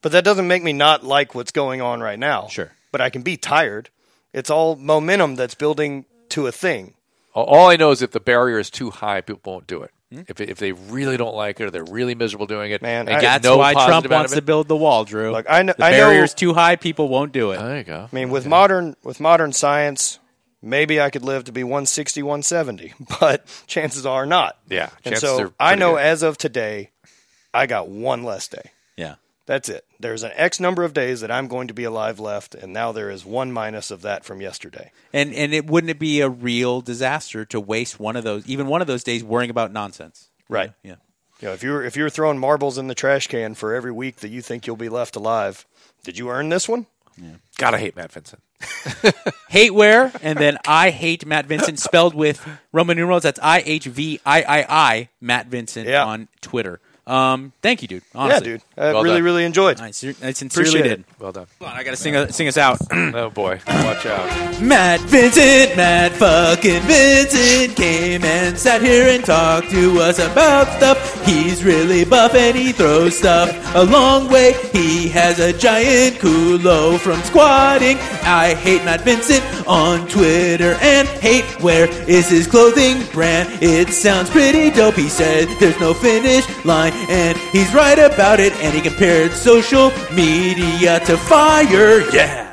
But that doesn't make me not like what's going on right now.
Sure.
But I can be tired. It's all momentum that's building to a thing.
All- All I know is if the barrier is too high, people won't do it. If, if they really don't like it or they're really miserable doing it,
Man,
and
I-
get
that's
no
why
positive
Trump
out
wants
of
to
it,
build the wall, Drew.
Look, I kn-
the
I know-
barrier's too high; people won't do it.
There you go.
I mean, with modern with modern science, maybe I could live to be 160, 170, but chances are not.
Yeah,
And
chances
so
are
I
pretty
know
good.
as of today, I got one less day.
yeah,
That's it. There's an X number of days that I'm going to be alive left, and now there is one minus of that from yesterday.
and and it wouldn't it be a real disaster to waste one of those, even one of those days, worrying about nonsense?
Right.
Yeah,
You know, if you're if you're throwing marbles in the trash can for every week that you think you'll be left alive, did you earn this one?
God, I hate Matt Vincent.
hate where, and then I hate Matt Vincent, spelled with Roman numerals. That's I H V I I I Matt Vincent
Yeah.
on Twitter. Um, thank you, dude. Honestly.
Yeah, dude. I
Well
really,
done.
really enjoyed.
I, ser- I sincerely
Appreciate
did.
it.
Well done.
Come on, I gotta sing, sing us out.
Oh boy, watch out.
Matt Vincent, Matt fucking Vincent came and sat here and talked to us about stuff. He's really buff and he throws stuff a long way. He has a giant culo from squatting. I hate Matt Vincent on Twitter and hate where is his clothing brand. It sounds pretty dope. He said there's no finish line and he's right about it and he compared social media to fire. Yeah.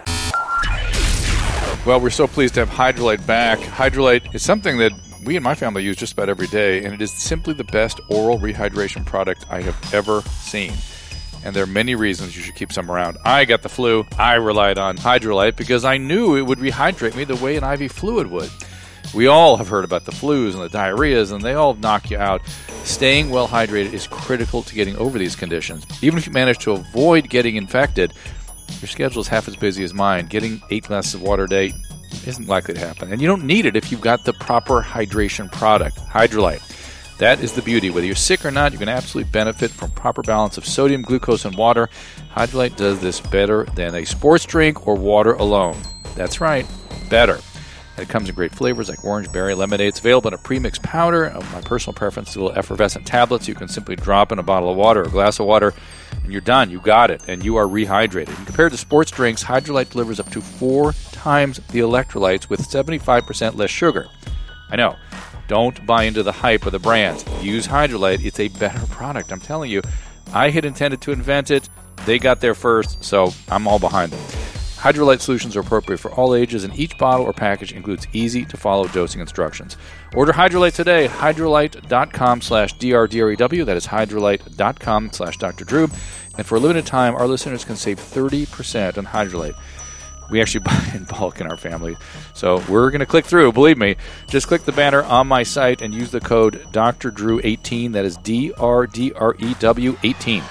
Well, we're so pleased to have Hydrolite back. Hydrolite is something that we and my family use just about every day, and it is simply the best oral rehydration product I have ever seen. And there are many reasons you should keep some around. I got the flu. I relied on Hydrolite because I knew it would rehydrate me the way an IV fluid would. We all have heard about the flus and the diarrheas, and they all knock you out. Staying well hydrated is critical to getting over these conditions. Even if you manage to avoid getting infected, your schedule is half as busy as mine. Getting eight glasses of water a day isn't likely to happen. And you don't need it if you've got the proper hydration product, Hydrolite. That is the beauty. Whether you're sick or not, you can absolutely benefit from proper balance of sodium, glucose, and water. Hydrolite does this better than a sports drink or water alone. That's right, better. And it comes in great flavors like orange, berry, lemonade. It's available in a premixed powder. Uh, My personal preference is little effervescent tablets. You can simply drop in a bottle of water or a glass of water, and you're done. You got it, and you are rehydrated. And compared to sports drinks, Hydrolite delivers up to four times the electrolytes with 75% less sugar. I know. Don't buy into the hype of the brands. Use Hydrolite. It's a better product. I'm telling you. I had intended to invent it. They got there first, so I'm all behind them. Hydrolite solutions are appropriate for all ages, and each bottle or package includes easy to follow dosing instructions. Order Hydrolite today. Hydrolite.com slash DRDREW. E That is Hydrolite.com slash Dr. Drew. And for a limited time, our listeners can save 30% on Hydrolite we actually buy in bulk in our family. So we're going to click through, believe me. Just click the banner on my site and use the code Dr. Drew 18. That is D R D R E W 18.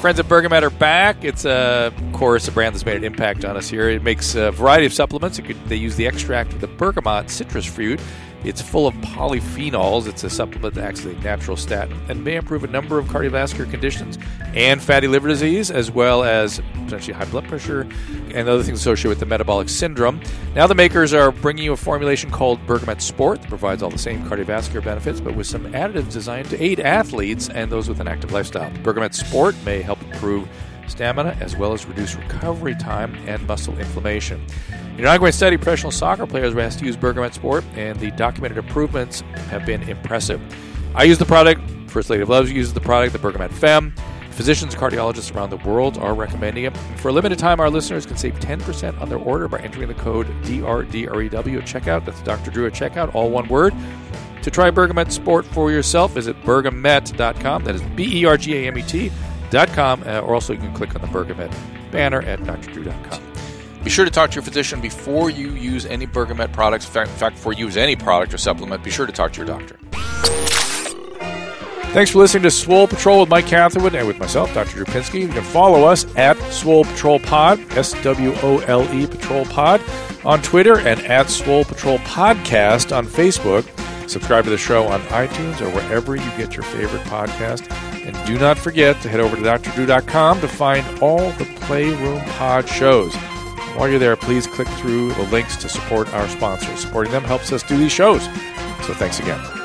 Friends at Bergamat are back. It's uh, of course a brand that's made an impact on us here. It makes a variety of supplements. It could, they use the extract of the bergamot citrus fruit. It's full of polyphenols. It's a supplement that acts as a natural statin and may improve a number of cardiovascular conditions and fatty liver disease, as well as potentially high blood pressure and other things associated with the metabolic syndrome. Now the makers are bringing you a formulation called Bergamat Sport that provides all the same cardiovascular benefits, but with some additives designed to aid athletes and those with an active lifestyle. Bergamat Sport may help improve stamina as well as reduce recovery time and muscle inflammation. In an ongoing study, professional soccer players were asked to use Bergamat Sport, and the documented improvements have been impressive. I use the product. First Lady of Love uses the product, the Bergamat Femme. Physicians and cardiologists around the world are recommending it. And for a limited time, our listeners can save 10% on their order by entering the code DRDREW E at checkout. That's Dr. Drew at checkout, all one word. To try Bergamet Sport for yourself, visit bergamet.com. That is B E R G A M E T.com. Uh, or also, you can click on the Bergamet banner at drdrew.com.
Be sure to talk to your physician before you use any Bergamet products. In fact, in fact, before you use any product or supplement, be sure to talk to your doctor.
Thanks for listening to Swole Patrol with Mike Catherwood and with myself, Dr. Drew Pinsky. You can follow us at Swole Patrol Pod, S W O L E Patrol Pod, on Twitter and at Swole Patrol Podcast on Facebook. Subscribe to the show on iTunes or wherever you get your favorite podcast. And do not forget to head over to drdrew.com to find all the Playroom Pod shows. While you're there, please click through the links to support our sponsors. Supporting them helps us do these shows. So thanks again.